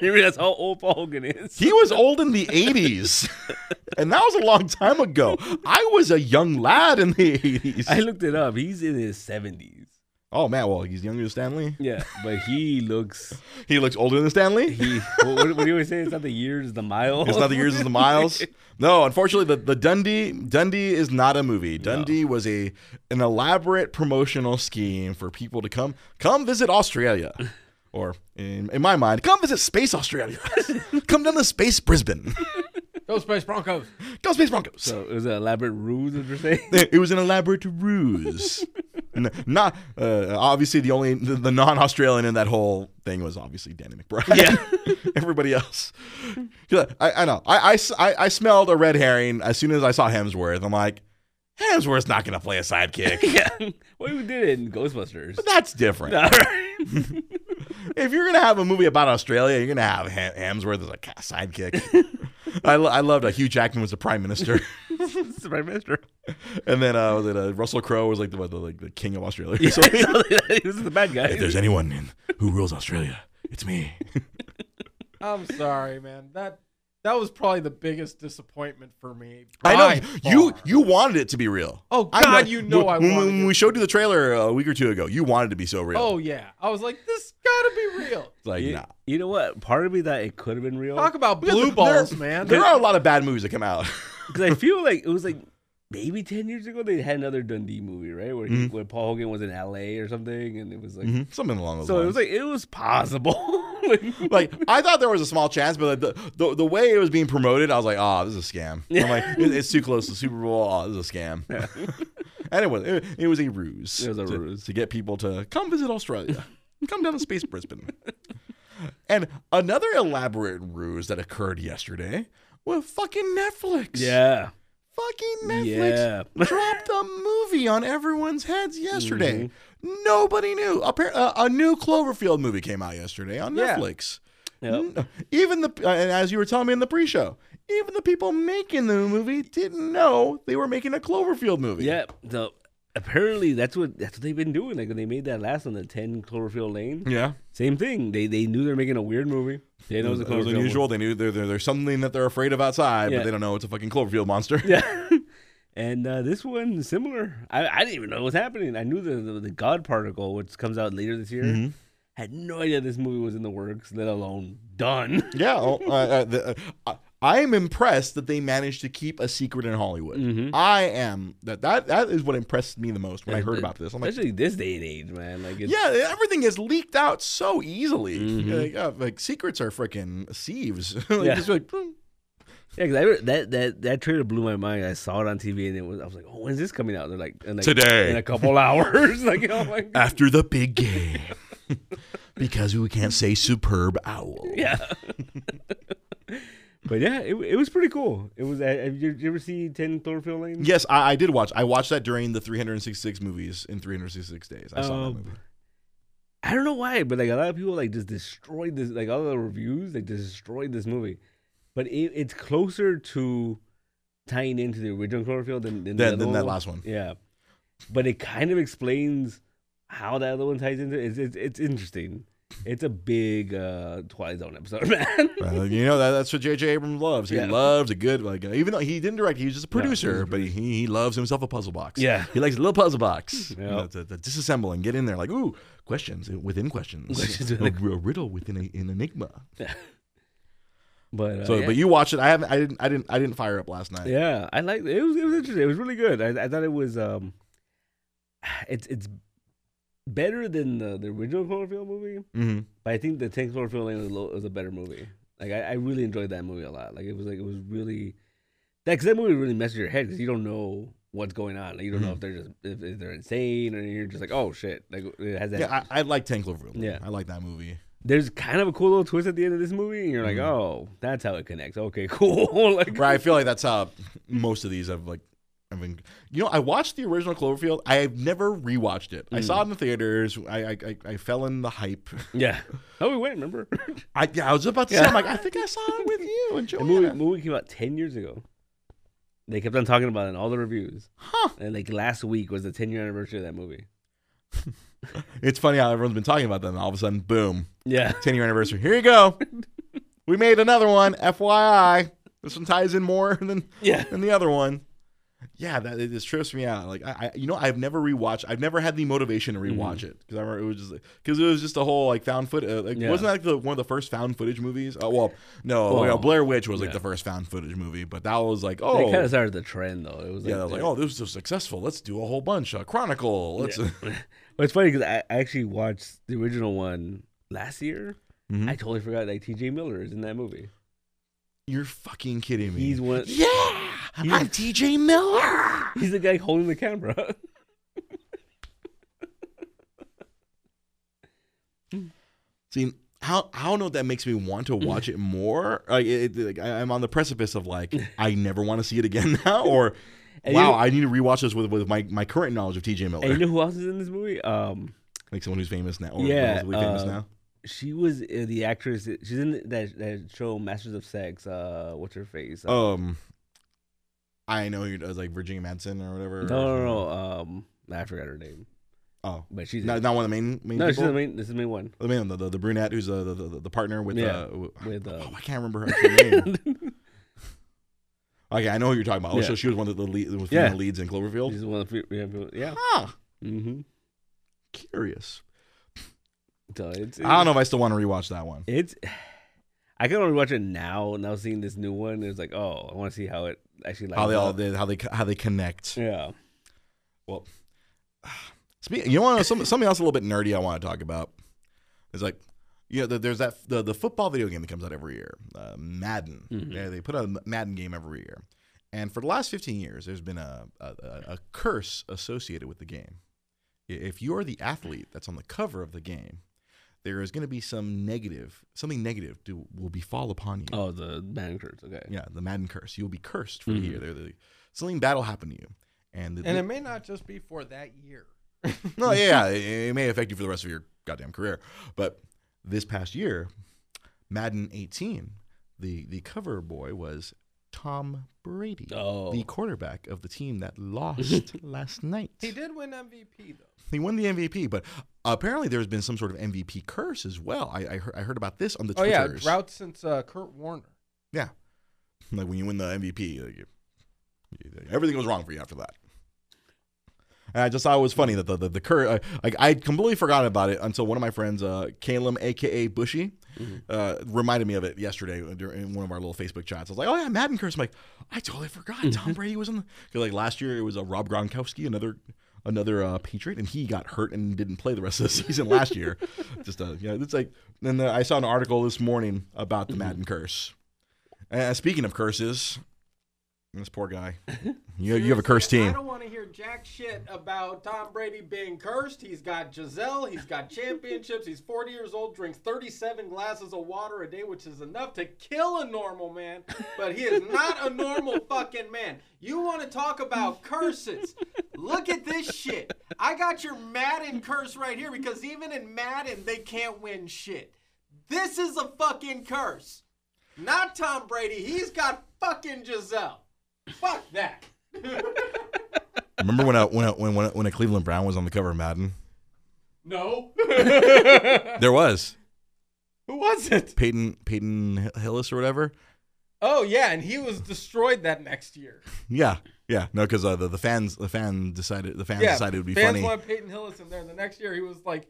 you realize how old Paul Hogan is?
He was old in the eighties, and that was a long time ago. I was a young lad in the eighties.
I looked it up. He's in his seventies.
Oh man, well he's younger than Stanley.
Yeah, but he looks.
He looks older than Stanley.
He what, what, what do you always say? It's not the years, it's the miles.
It's not the years, it's the miles. No, unfortunately, the, the Dundee Dundee is not a movie. Dundee was a an elaborate promotional scheme for people to come come visit Australia, or in, in my mind, come visit Space Australia. come down to Space Brisbane.
Go Space Broncos.
Go Space Broncos.
So it was an elaborate ruse, what you're saying.
it was an elaborate ruse. N- Not uh, obviously the only the, the non-Australian in that whole thing was obviously Danny McBride. Yeah, everybody else. 'Cause I, I know. I, I s- I- I smelled a red herring as soon as I saw Hemsworth. I'm like, Hemsworth's not gonna play a sidekick.
yeah, well, we did it in Ghostbusters.
But that's different.
All right.
If you're gonna have a movie about Australia, you're gonna have Hem- Hemsworth as a ca- sidekick. I, lo- I loved uh, Hugh Jackman was the prime minister,
It's the Prime Minister.
and then uh, was it uh, Russell Crowe was like the, what, the like the king of Australia. or
So
something.
he was the bad guy.
if there's anyone in, who rules Australia, it's me.
I'm sorry, man. That that was probably the biggest disappointment for me.
I know
by
you
far.
you wanted it to be real.
Oh,
I
God, you know I
when,
wanted
When
it.
we showed you the trailer a week or two ago, you wanted it to be so real.
Oh yeah, I was like, this gotta be real.
It's like
you,
nah.
you know what? Part of me that it could have been real
Talk about
Because
blue
there-
balls,
there-
man.
There are a lot of bad movies that come out.
because I feel like it was like maybe ten years ago they had another Dundee movie, right? Where
Mm-hmm.
he, where Paul Hogan was in L.A. or something, and it was like
Mhm. Something along those
so
lines.
it was like it was possible. Like-
like I thought there was a small chance, but the the, the way it was being promoted, I was like, oh, this is a scam. I'm like, it- it's too close to Super Bowl. Oh, this is a scam. and it was it, it was a ruse.
It was a
to,
ruse.
to get people to come visit Australia, come down to Space Brisbane. And another elaborate ruse that occurred yesterday was fucking Netflix.
yeah,
Fucking Netflix
yeah.
dropped a movie on everyone's heads yesterday.
Mm-hmm.
Nobody knew. Appar- uh, a new Cloverfield movie came out yesterday on
Yeah.
Netflix.
Yep.
N- Even the uh, and as you were telling me in the pre-show, even the people making the movie didn't know they were making a Cloverfield movie.
Yeah. So apparently that's what that's what they've been doing. Like when they made that last one, the ten Cloverfield Lane.
yeah.
Same thing. They they knew they're making a weird movie. They
It
know
was,
it's a Cloverfield. one.
unusual. They knew there, there, there's something that they're afraid of outside,
Yeah.
but they don't know it's a fucking Cloverfield monster.
Yeah. And uh, this one similar. I, I didn't even know what was happening. I knew the, the the God Particle, which comes out later this year.
Mhm.
Had no idea this movie was in the works, let alone done.
Yeah, well, uh, uh, the, uh, I I am impressed that they managed to keep a secret in Hollywood.
Mhm.
I am that that that is what impressed me the most when I heard about this. I'm like,
Especially this day and age, man. Like it's,
yeah, everything is leaked out so easily.
Mhm.
Like, uh, like secrets are freaking sieves. like,
Yeah.
just like, boom.
yeah. 'cause I re- that that that trailer blew my mind. I saw it on TV, and it was I was like, oh, when's this coming out? They're like, and like
Today.
in a couple hours. like oh my god.
after the big game because we can't say superb owl.
Yeah. but yeah, it, it was pretty cool. It was. Uh, have you, did you ever see Ten Cloverfield Lane?
Yes, I, I did watch. I watched that during the 366 movies in 366 days. I saw
Um,
that movie.
I don't know why, but like a lot of people like just destroyed this. Like all the reviews, like destroyed this movie. But it, it's closer to tying into the original Cloverfield than than, the
Then,
other
then that
one.
last one.
Yeah, but it kind of explains how that other one ties into. It's it's, it's interesting. It's a big uh, Twilight Zone episode, man.
Uh, you know that, that's what J.J. Abrams loves. He
Yeah.
loves a good like uh, even though he didn't direct, he was just a
Yeah, he was a
producer, but he, he loves himself a puzzle box.
Yeah.
he likes a little puzzle box.
Yeah.
You know, to, to disassemble and get in there like ooh questions uh, within questions,
Questions
a,
within-
a riddle within a, an enigma.
but uh,
so,
yeah.
but you watch it. I haven't. I didn't. I didn't. I didn't fire up last night.
Yeah, I liked it. It was it was interesting. It was really good. I, I thought it was um, it's it's better than the, the original Cloverfield movie,
hmm
but I think the Ten Cloverfield Lane was a, little, was a better movie. Like I, I really enjoyed that movie a lot. Like it was like it was really that because that movie really messes your head because you don't know what's going on. Like you don't know if they're
Mm-hmm.
just if, if they're insane or you're just like oh shit. Like it has that.
Yeah, I, I like Ten Cloverfield. Lane.
Yeah.
I like that movie.
There's kind of a cool little twist at the end of this movie, and you're like oh that's how it connects. Okay, cool. like
Mm-hmm. Right, I feel like that's how most of these have like. I mean, you know, I watched the original Cloverfield. I have never rewatched it. I saw it in the theaters. I I, I, I fell in the hype.
yeah. Oh, we went. Remember.
I, yeah, I was about to say, I'm like, I think I saw it with you and
The
Joanna.
movie, movie came out 10 years ago. They kept on talking about it in all the reviews.
Huh.
And like last week was the 10 year anniversary of that movie.
It's funny how everyone's been talking about that, and all of a sudden, boom,
Yeah.
10 year anniversary. Here you go. We made another one. FYI, this one ties in more than
Yeah.
than the other one. Yeah, that it just trips me out. Like I, I you know, I've never rewatched. I've never had the motivation to rewatch
Mm-hmm.
it because I remember it was just because it was just a whole like found footage. Uh, like,
Yeah.
Wasn't that like the, one of the first found footage movies? Oh well, no,
Well,
you know, Blair Witch was like
yeah.
the first found footage movie, but that was like
They
oh
kind of started the trend though. It was like,
yeah, that was like oh this was so successful. Let's do a whole bunch. Uh, Chronicle. Let's
But it's funny because I I actually watched the original one last year.
Mhm.
I totally forgot like TJ Miller is in that movie.
You're fucking kidding me.
He's one.
yeah, I'm T.J. Miller.
He's the guy holding the camera.
See how I don't know if that makes me want to watch it more. Like, it, it- like I, I'm on the precipice of like I never want to see it again now, or
And
wow,
you-
I need to rewatch this with, with my, my current knowledge of T.J. Miller,
and you know who else is in this movie? Um,
like someone who's famous now, or
Yeah,
relatively famous
uh,
now.
she was uh, the actress. She's in that that show Masters of Sex. Uh, what's her face? Uh,
Um, I know who does like Virginia Madsen or whatever.
No, no, no. Um, I forgot her name,
Oh,
but she's
not, not one of the main main
no, she's
people.
the main. This is the main one.
the main one, the, the, the brunette who's uh, the, the the partner with
Yeah,
uh, w-
with,
oh,
um,
I can't remember her actual name. Okay, I know who you're talking about. Oh,
Yeah.
so she was one of the lead, was
Yeah.
one of the leads in Cloverfield.
She's one of the, yeah, people- yeah.
Huh.
Mm-hmm.
Curious.
So it's,
I don't know if I still want to rewatch that one.
It's I can only watch it now. Now seeing this new one, it's like, oh, I want to see how it actually.
How
lines
they all
up.
they, how they how they connect.
Yeah.
Speak, you want to know some, something else a little bit nerdy I want to talk about? It's like, you know, the, there's that the, the football video game that comes out every year, uh, Madden.
Mhm.
They, they put out a Madden game every year, and for the last 15 years, there's been a a, a a curse associated with the game. I- If you're the athlete that's on the cover of the game, there is going to be some negative, something negative to, will befall upon you.
Oh, the managers. Okay.
Yeah, the Madden curse. You'll be cursed for the
Mhm.
year. There, the, something bad will happen to you, and, the,
And it may not just be for that year.
no, yeah, it, it may affect you for the rest of your goddamn career. But this past year, Madden 18, the the cover boy was Tom Brady,
Oh.
the quarterback of the team that lost last night.
He did win MVP though.
He won the MVP, but apparently there's been some sort of MVP curse as well. I I heard, I heard about this on the
Oh yeah,
Twitters.
drought since uh, Kurt Warner.
Yeah. Like when you win the MVP, like you, you- everything goes wrong for you after that. And I just thought it was funny that the the, the cur- uh, like I completely forgot about it until one of my friends, uh, Calum, aka Bushy, uh, reminded me of it yesterday during one of our little Facebook chats. I was like, "Oh yeah, Madden curse." I'm like, "I totally forgot Tom Brady was in." the 'cause, like last year, it was uh, Rob Gronkowski, another another uh, Patriot, and he got hurt and didn't play the rest of the season last year. Just uh, you know, it's like. And uh, I saw an article this morning about the Madden curse. Uh, speaking of curses, this poor guy. You you have a cursed
I
team.
don't want to hear jack shit about Tom Brady being cursed. He's got Giselle. He's got championships. He's 40 years old, drinks 37 glasses of water a day, which is enough to kill a normal man. But he is not a normal fucking man. You want to talk about curses? Look at this shit. I got your Madden curse right here because even in Madden, they can't win shit. This is a fucking curse. Not Tom Brady. He's got fucking Giselle. Fuck that.
Remember when I, when I, when when when a Cleveland Brown was on the cover of Madden?
No.
There was
Who was it?
Peyton Peyton Hillis or whatever.
Oh yeah, and he was destroyed that next year.
Yeah, yeah. No, because uh, the the fans the fan decided the fans
yeah,
decided it would be
fans
funny.
wanted Peyton Hillis in there. And the next year, he was like,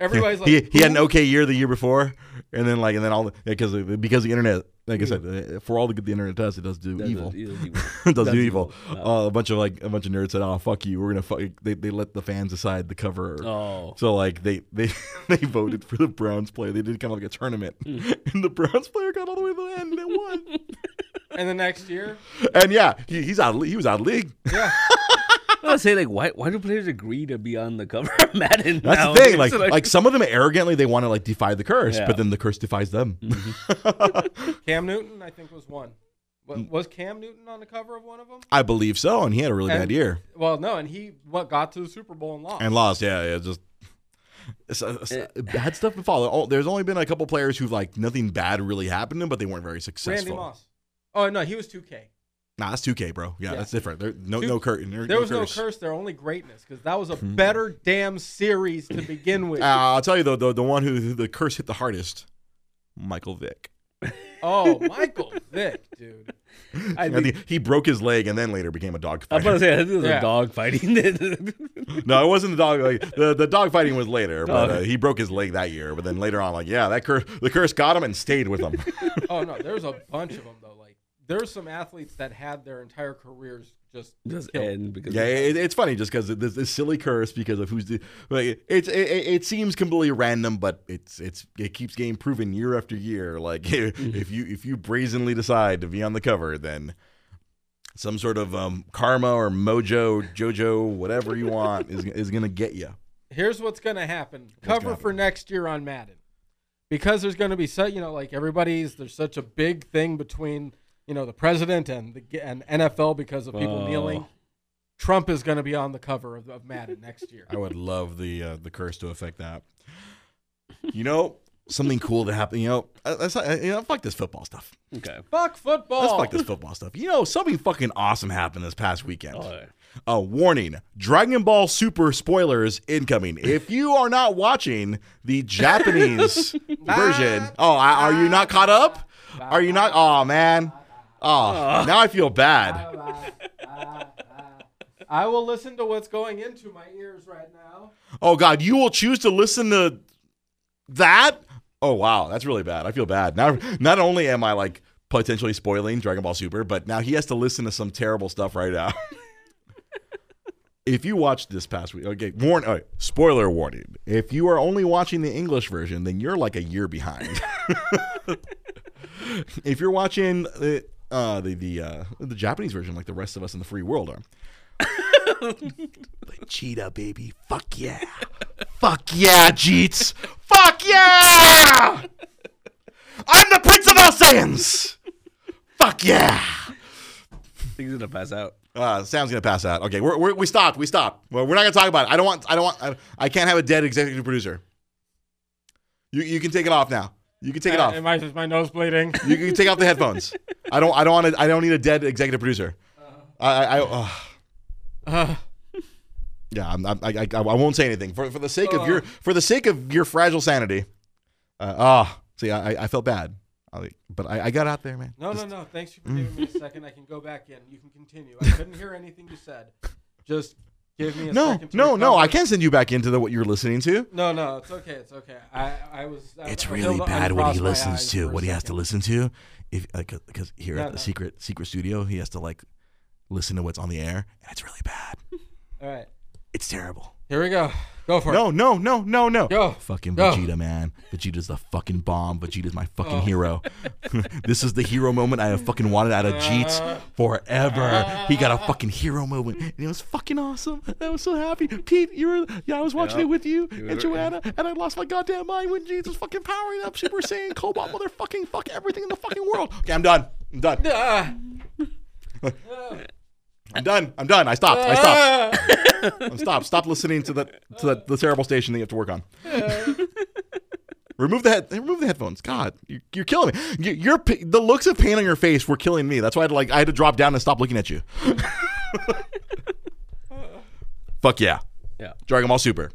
everybody's like,
he, he had an
who?
okay year the year before, and then like and then all the because because the internet like I said uh, for all the good the internet does it does do
That's
evil.
A, that's evil.
It does
That's
do evil.
evil.
Uh, a bunch of like a bunch of nerds said, "Oh fuck you, we're gonna fuck." They, they let the fans decide the cover.
Oh.
So like they they they voted for the Browns player. They did kind of like a tournament,
Hmm.
and the Browns player got all the way to the end and it won.
And the next year,
and yeah, he, he's out. of le- He was out of league.
yeah,
I was say like, why why do players agree to be on the cover of Madden?
That's
now?
the thing. Like,
So,
like some of them arrogantly they want to like defy the curse,
Yeah.
but then the curse defies them.
Cam Newton, I think was one. Wa-
Mm.
Was Cam Newton on the cover of one of them?
I believe so, and he had a really
And-
bad year
Well, no, and he what got to the Super Bowl and lost.
and lost. Yeah, yeah, just. So, so-
Eh.
bad stuff to follow. Oh, there's only been a couple players who like nothing bad really happened to them, but they weren't very
Randy
successful.
Moss. Oh no, he was 2K.
Nah, that's 2K, bro. Yeah,
Yeah.
that's different. There, no,
Two-
no curse. There,
There was no
curse.
curse there, only greatness, because that was a
Hmm.
better damn series to begin with.
Uh, I'll tell you though, the, the one who who the curse hit the hardest, Michael Vick.
Oh, Michael Vick, dude.
I
And
think,
the- he broke his leg and then later became a dog
I'm about
fighter.
to say I think there's
Yeah.
a dog fighting. it.
no, it wasn't the dog. Like, the the dog fighting was later,
Oh.
but uh, he broke his leg that year. But then later on, like yeah, that curse the curse got him and stayed with him.
Oh no, there's a bunch of them though. Like there's some athletes that had their entire careers just
Just
killed.
end because
yeah, it, it's funny just because this, this silly curse because of who's the, like it's it, it, it seems completely random, but it's it's it keeps getting proven year after year. Like if you if you brazenly decide to be on the cover, then some sort of um, karma or mojo, JoJo, whatever you want is is gonna get you.
Here's what's gonna happen. Cover
gonna
for next year on Madden, because there's gonna be such you know like everybody's there's such a big thing between you know the president and the g- and NFL because of people
Oh.
kneeling. Trump is gonna be on the cover of, of Madden next year.
I would love the uh, the curse to affect that. You know something cool that happened. You know, I, I, you know, fuck this football stuff.
okay.
Fuck
Let's
football.
fuck this football stuff. You know, something fucking awesome happened this past weekend.
All right.
A warning Dragon Ball Super spoilers incoming. If you are not watching the Japanese version, oh, I, are you not caught up? Are you not? Oh, man. Oh, now I feel bad.
Ah, ah, ah. I will listen to what's going into my ears right now.
Oh God, you will choose to listen to that? Oh wow, that's really bad. I feel bad. Now not only am I like potentially spoiling Dragon Ball Super, but now he has to listen to some terrible stuff right now. if you watched this past week, okay, warn all right, spoiler warning. If you are only watching the English version, then you're like a year behind. if you're watching the uh, the the, uh, the Japanese version, like the rest of us in the free world are, Cheetah, baby. Fuck yeah. Fuck yeah, Jeets. Fuck yeah! I'm the Prince of All Saiyans! Fuck yeah!
He's gonna pass out.
Uh, Sam's gonna pass out. Okay, we're, we're, we stopped. We stopped. Well, we're not gonna talk about it. I don't want. I don't want. I, I can't have a dead executive producer. You you can take it off now. You can take it
Uh,
off.
Am I is my nose bleeding?
You can take off the headphones. I don't. I don't want. To, I don't need a dead executive producer. I. I. I uh,
Uh,
Yeah, I'm, I'm, I, I, I won't say anything for for the sake of
Uh.
your for the sake of your fragile sanity. Uh, Ah, see, I, I- I felt bad, I, but I, I got out there, man.
no, no, no. Thanks for giving me a second. I can go back in. You can continue. I couldn't hear anything you said. Just give me a
No,
second. to
no, no!
recover.
I can't send you back into the what you're listening to.
No, no, it's okay. It's okay. I, I was. I, Uh, I held- I crossed my eyes for a second.
listen to. If because here
No, no.
secret secret studio, he has to like listen to what's on the air, and it's really bad.
All right,
It's terrible.
here we go. Go for it.
No, no, no, no, no.
Go.
Fucking
Go.
Vegeta, man. Vegeta's the fucking bomb. Vegeta's my fucking hero. this is the hero moment I have fucking wanted out of Jeets forever. he got a fucking hero moment. And it was fucking awesome. I was so happy. Pete, you were yeah, I was watching
Yeah.
it with you and
were-
Joanna, and I lost my goddamn mind when Jeets was fucking powering up Super Saiyan, Cobalt, motherfucking fuck everything in the fucking world. Okay, I'm done. I'm done.
Ah.
I'm done. I'm done. I stopped. I stopped. I'm stopped. Stop listening to the to the, the terrible station that you have to work on. remove the head, remove the headphones. God, you're, you're killing me. You, you're p- the looks of pain on your face were killing me. That's why I had to, like I had to drop down and stop looking at you. Fuck yeah,
Yeah.
Dragon Ball Super.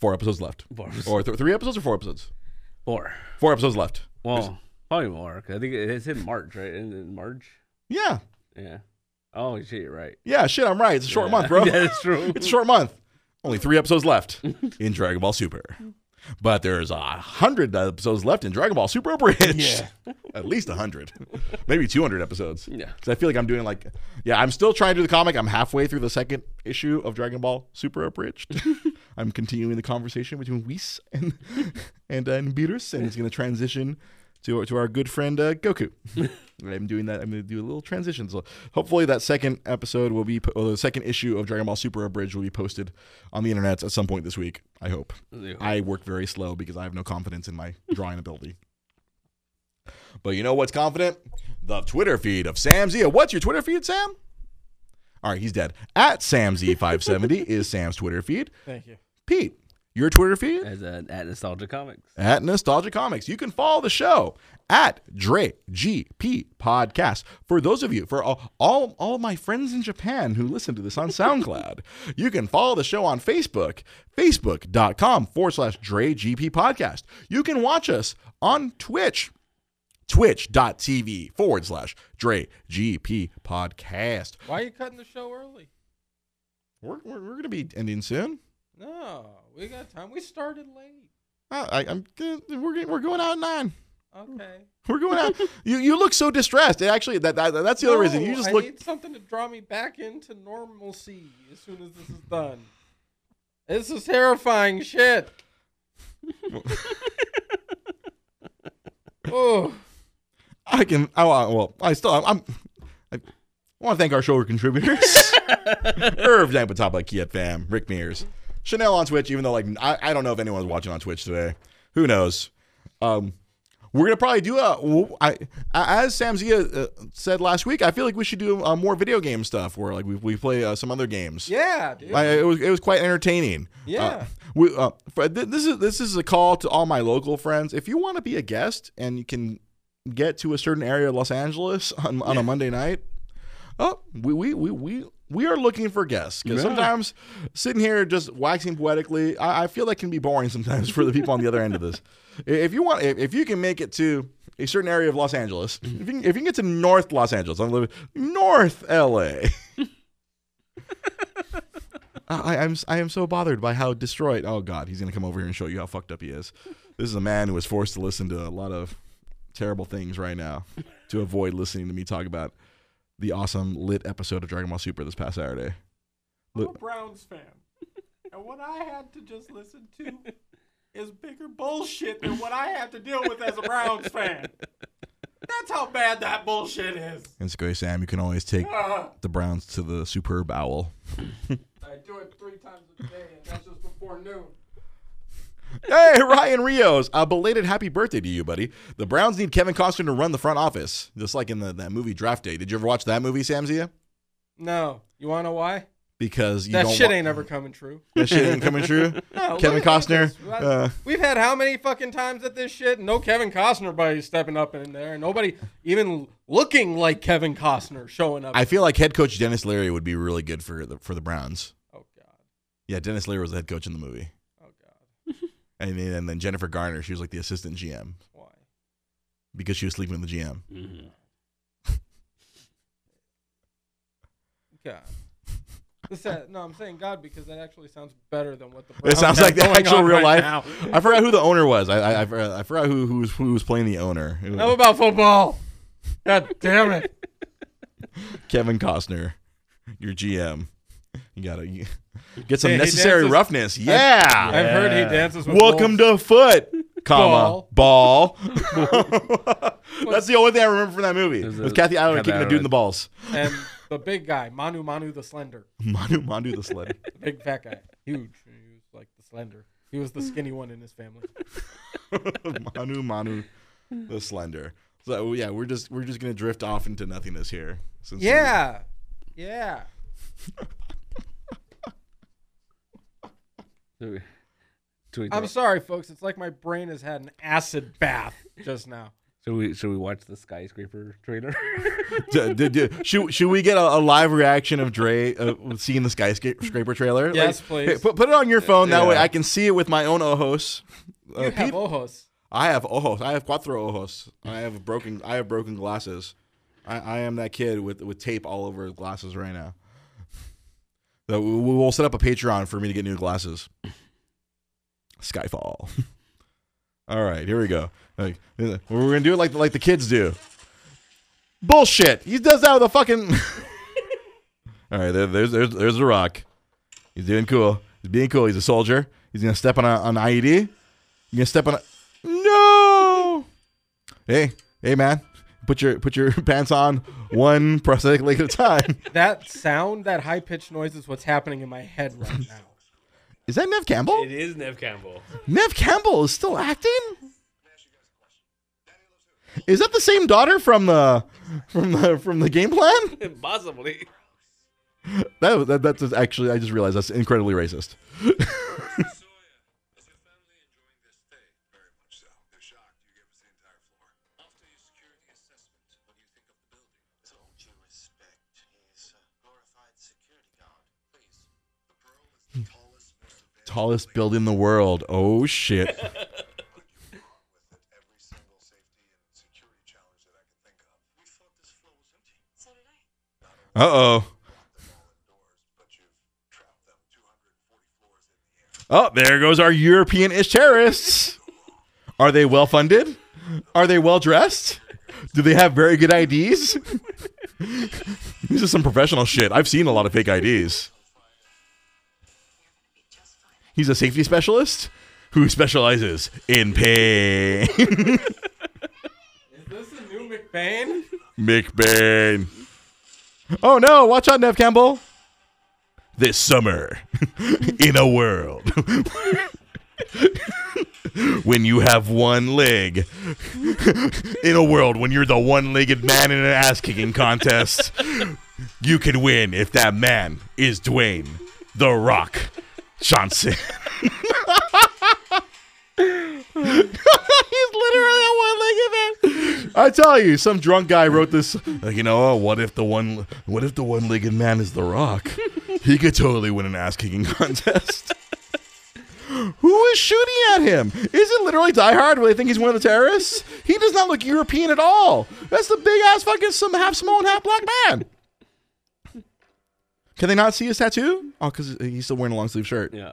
Four episodes left,
Four.
or th- three episodes or four episodes.
Four.
Four episodes left.
Well, probably more. 'cause I think it- it's in March, right? In, in March.
Yeah,
Yeah. Oh shit, you're right.
yeah. Shit, I'm right. It's a short month, bro.
yeah, that's true.
It's a short month. Only three episodes left in Dragon Ball Super. But there's a hundred episodes left in Dragon Ball Super Abridged. At least a hundred. Maybe two hundred episodes.
Yeah.
Because I feel like I'm doing like yeah, I'm still trying to do the comic. I'm halfway through the second issue of Dragon Ball Super Abridged. I'm continuing the conversation between Whis and and, uh, and Beerus, and it's gonna transition to to our good friend uh, Goku. I'm doing that. I'm going to do a little transition. So hopefully that second episode will be, po- or the second issue of Dragon Ball Super Abridged will be posted on the internet at some point this week. I hope. I work very slow because I have no confidence in my drawing ability. But you know what's confident? The Twitter feed of Sam Zia. What's your Twitter feed, Sam? All right, he's dead. At SamZ570 is Sam's Twitter feed.
Thank you.
Pete, your Twitter feed?
As a, at Nostalgia Comics.
at Nostalgia Comics. You can follow the show at Dre GP Podcast. For those of you, for all, all all my friends in Japan who listen to this on SoundCloud, you can follow the show on Facebook, facebook.com forward slash Dre GP Podcast. You can watch us on Twitch twitch.tv forward slash Dre GP podcast.
Why are you cutting the show early?
We're, we're, we're going to be ending soon.
No, we got time. We started late.
I, I, I'm, gonna- we're, gonna- we're going out at nine.
Okay.
We're going out. you you look so distressed. It actually, that, that that's the other reason. You
No,
just
I
look.
need something to draw me back into normalcy as soon as this is done. This is terrifying shit. oh,
I can. I want. Well, I still. I'm. I want to thank our show contributors: Irv Nampatapa, Kiet Fam, Rick Mears, Chanel on Twitch. Even though, like, I, I don't know if anyone's watching on Twitch today. Who knows? Um, we're gonna probably do a. w- I as Sam Zia uh, said last week, I feel like we should do uh, more video game stuff where like we we play uh, some other games.
yeah, dude.
I, it was it was quite entertaining. Uh,
Yeah.
we, uh, for, th- this is this is a call to all my local friends. If you want to be a guest and you can get to a certain area of Los Angeles on, on a Monday night, oh, we we we we. We are looking for guests because
Yeah.
sometimes sitting here just waxing poetically, I, I feel that can be boring sometimes for the people on the other end of this. I- If you want, if, if you can make it to a certain area of Los Angeles, if you can, if you can get to North Los Angeles, I'm living North LA. I, I'm I am so bothered by how destroyed. Oh God, he's gonna come over here and show you how fucked up he is. This is a man who was forced to listen to a lot of terrible things right now to avoid listening to me talk about the awesome lit episode of Dragon Ball Super this past Saturday.
I'm a
Look-
Browns fan. And what I had to just listen to is bigger bullshit than what I have to deal with as a Browns fan. That's how bad that bullshit is.
And Skoy Sam, you can always take
Ugh.
the Browns to the superb owl.
Ah. I do it three times a day, and that's just before noon.
Hey, Ryan Rios, a belated happy birthday to you, buddy. The Browns need Kevin Costner to run the front office, just like in the, that movie Draft Day. Did you ever watch that movie, Sam Zia?
No. You want to know why?
Because you
That
don't
shit
wa-
ain't ever coming true.
that shit ain't coming true.
No,
Kevin
look at
Costner.
this.
Uh,
We've had how many fucking times at this shit? No Kevin Costner buddy stepping up in there, and nobody even looking like Kevin Costner showing up.
I feel like head coach Dennis Leary would be really good for the for the Browns.
oh god,
Yeah, Dennis Leary was the head coach in the movie,
oh god,
and then, and then Jennifer Garner, she was like the assistant GM
why?
because she was sleeping with the GM.
Mhm.
God. This, that, no, I'm saying God because that actually sounds better than what the.
It
Browns
sounds
have
like the
Oh
going
actual
on
real
right
life.
now.
I forgot who the owner was. I I, I, forgot, I forgot who who was, who was playing the owner. It was
Enough about football. God damn it.
Kevin Costner, your GM. You gotta you, get some
Hey, he
necessary
dances-
roughness. Yeah.
I've heard he
Yeah.
dances with
Welcome to foot, comma ball. That's the only thing I remember from that movie.
There's
With
a-
Kathy Ireland
Kathy
kicking a dude in
Ireland.
the balls.
to and the big guy, Manu Manu the Slender,
Manu Manu the sled.
the big fat guy, huge. He was like the Slender. He was the skinny one in his family.
Manu Manu the slender. So yeah, we're just we're just gonna drift off into nothingness here. Since we-
Yeah, yeah.
So we- Should we,
I'm sorry, folks. It's like my brain has had an acid bath just now.
should we should we watch the skyscraper trailer?
D- d- d- should, should we get a, a live reaction of Dre uh, seeing the skyscraper trailer?
Yes, please.
hey, put, put it on your phone. That way
Yeah.
I can see it with my own ojos. Uh,
You have
peop-
ojos.
I have ojos. I have cuatro ojos. I have broken. I have broken glasses. I, I am that kid with with tape all over his glasses right now. So we we will set up a Patreon for me to get new glasses. Skyfall. all right, here we go. Like, we're gonna do it like like the kids do. Bullshit. He does that with a fucking. all right, there, there's there's there's the rock. He's doing cool. He's being cool. He's a soldier. He's gonna step on a, on IED. You gonna step on a No Hey, hey man. Put your put your pants on one prosthetic leg at a time.
That sound, that high pitched noise, is what's happening in my head right now.
Is that Nev Campbell?
is Nev Campbell.
Nev Campbell is still acting? Is that the same daughter from the from the from the game plan?
Possibly.
That, was- that that's just- actually I just realized that's incredibly racist.
Sawyer, is your family enjoying their stay? Very much so. They're shocked you gave us the entire floor. After your security assessment, what do you think of the building? With all due respect, he's a glorified security guard. Please. The Pearl is the tallest, most advanced
Tallest building in the world. Oh shit.
with it every single safety and security challenge that I can think of. We thought this floor was empty.
So did I.
Uh oh.
They're all indoors, but you've trapped them 240 floors in the air.
Oh, there goes our European ish terrorists. Are they well funded? Are they well dressed? Do they have very good IDs? this is some professional shit. I've seen a lot of fake IDs. He's a safety specialist who specializes in pain.
Is this a new McBain?
McBain. Oh no, watch out, Nev Campbell. This summer, in a world when you have one leg, in a world when you're the one legged man in an ass kicking contest, you can win if that man is Dwayne The Rock Johnson. He's literally a one-legged man. I tell you, some drunk guy wrote this. Like, you know, oh, what if the one, what if the one-legged man is The Rock? He could totally win an ass-kicking contest. Who Who is shooting at him? Is it literally Die Hard where they think he's one of the terrorists? He does not look European at all. That's the big ass fucking some half small and half black man. Can they not see his tattoo? Oh, because he's still wearing a long sleeve shirt.
Yeah.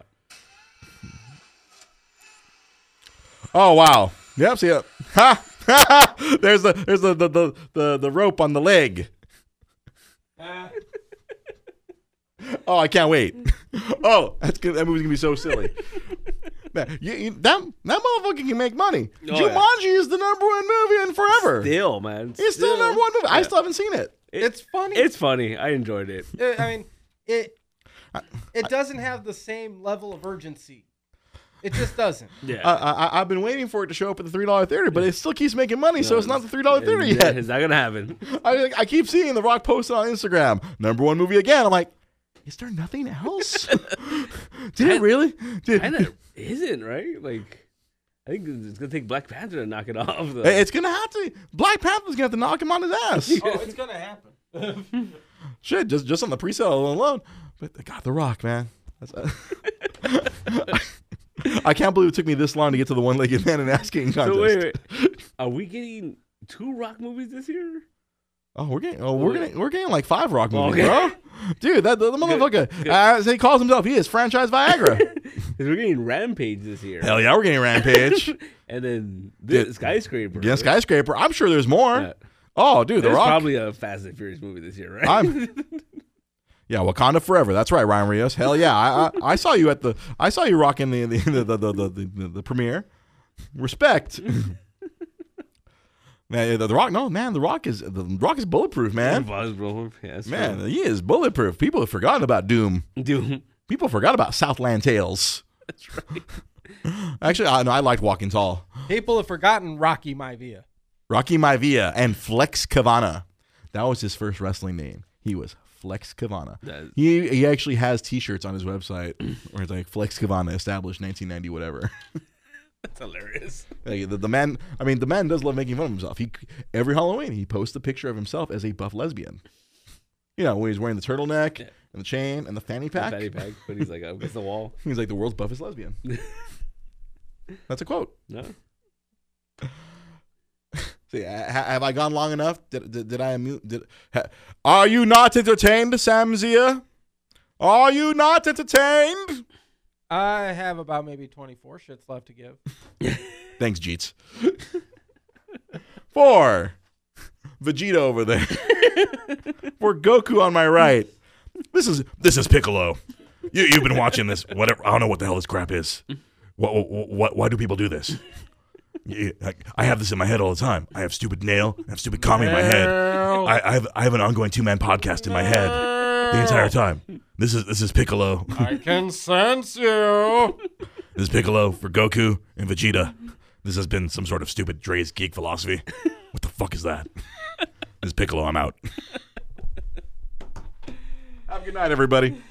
Oh wow. Yep. See it. Ha! Ha! ha. There's the there's the the, the the the rope on the leg.
Ah,
Oh, I can't wait. Oh, that's good. That movie's gonna be so silly. Man, you, you- that that motherfucker can make money.
Oh, yeah.
Jumanji is the number one movie in forever.
Still, man.
it's still the number one movie. I still haven't seen it.
it's funny.
It's funny. I enjoyed it.
Uh, I mean, it it doesn't have the same level of urgency. It just doesn't.
Yeah.
I, I, I've been waiting for it to show up at the three dollar theater, but it still keeps making money, so it's not the three dollar theater
It's-
yet.
It's not gonna happen.
I like, I keep seeing The Rock posted on Instagram, number one movie again. I'm like, is there nothing else? Did
I-
it really? Did,
And it isn't right. Like, I think it's gonna take Black Panther to knock it off. Though.
It's gonna have to. Black Panther's gonna have to knock him on his ass.
Oh, it's gonna happen.
Shit, just just on the pre-sale alone. But God, The Rock, man. That's, I can't believe it took me this long to get to the one-legged man and ass kicking contest.
so wait, wait. Are we getting two Rock movies this year?
Oh, we're getting, oh, we're
yeah.
getting, we're getting like five Rock
Well,
movies,
okay.
bro. Dude, that the, the motherfucker, as he calls himself, he is franchise Viagra.
'Cause we're getting Rampage this year.
Hell yeah, we're getting Rampage.
And then this
Yeah.
skyscraper.
yeah, skyscraper. I'm sure there's more.
Yeah.
Oh, dude, The
There's
Rock.
probably a Fast and Furious movie this year, right?
I'm- yeah, Wakanda forever. That's right, Ryan Rios. Hell yeah, I, I, I saw you at the, I saw you rocking the the the the, the, the, the, the premiere. Respect. Man, yeah, the, the Rock. No, man, the Rock is the Rock is bulletproof, man.
Buzz, bro. Yeah, that's
Man, he is bulletproof. People have forgotten about Doom.
right. dude.
People forgot about Southland Tales.
That's right.
Actually, I, no, I liked Walking Tall.
People have forgotten Rocky Maivia.
Rocky Maivia and Flex Cavana. That was his first wrestling name. He was Flex Cavana.
That-
He, he actually has T-shirts on his website where it's like Flex Cavana established 1990 whatever.
That's hilarious.
Like, the, the man, I mean, the man does love making fun of himself. He every Halloween he posts a picture of himself as a buff lesbian. You know when he's wearing the turtleneck
Yeah.
and the chain and the fanny pack.
Fatty pack, but he's like up against the wall.
He's like the world's buffest lesbian. That's a quote.
No.
See, ha- have I gone long enough? Did, did, did I immune? Did, ha- are you not entertained, Samzia? Are you not entertained?
I have about maybe 24 shits left to give.
Thanks, Jeets. Four. Vegeta over there. For Goku on my right. This is this is Piccolo. You you've been watching this. Whatever. I don't know what the hell this crap is. What what why do people do this? Yeah, I- I have this in my head all the time. I have stupid nail. I have stupid kami in my head. I, I have I have an ongoing two man podcast in my head the entire time. This is this is Piccolo.
I can sense you.
This is Piccolo for Goku and Vegeta. This has been some sort of stupid Dre's geek philosophy. What the fuck is that? This is Piccolo. I'm out. Have a good night, everybody.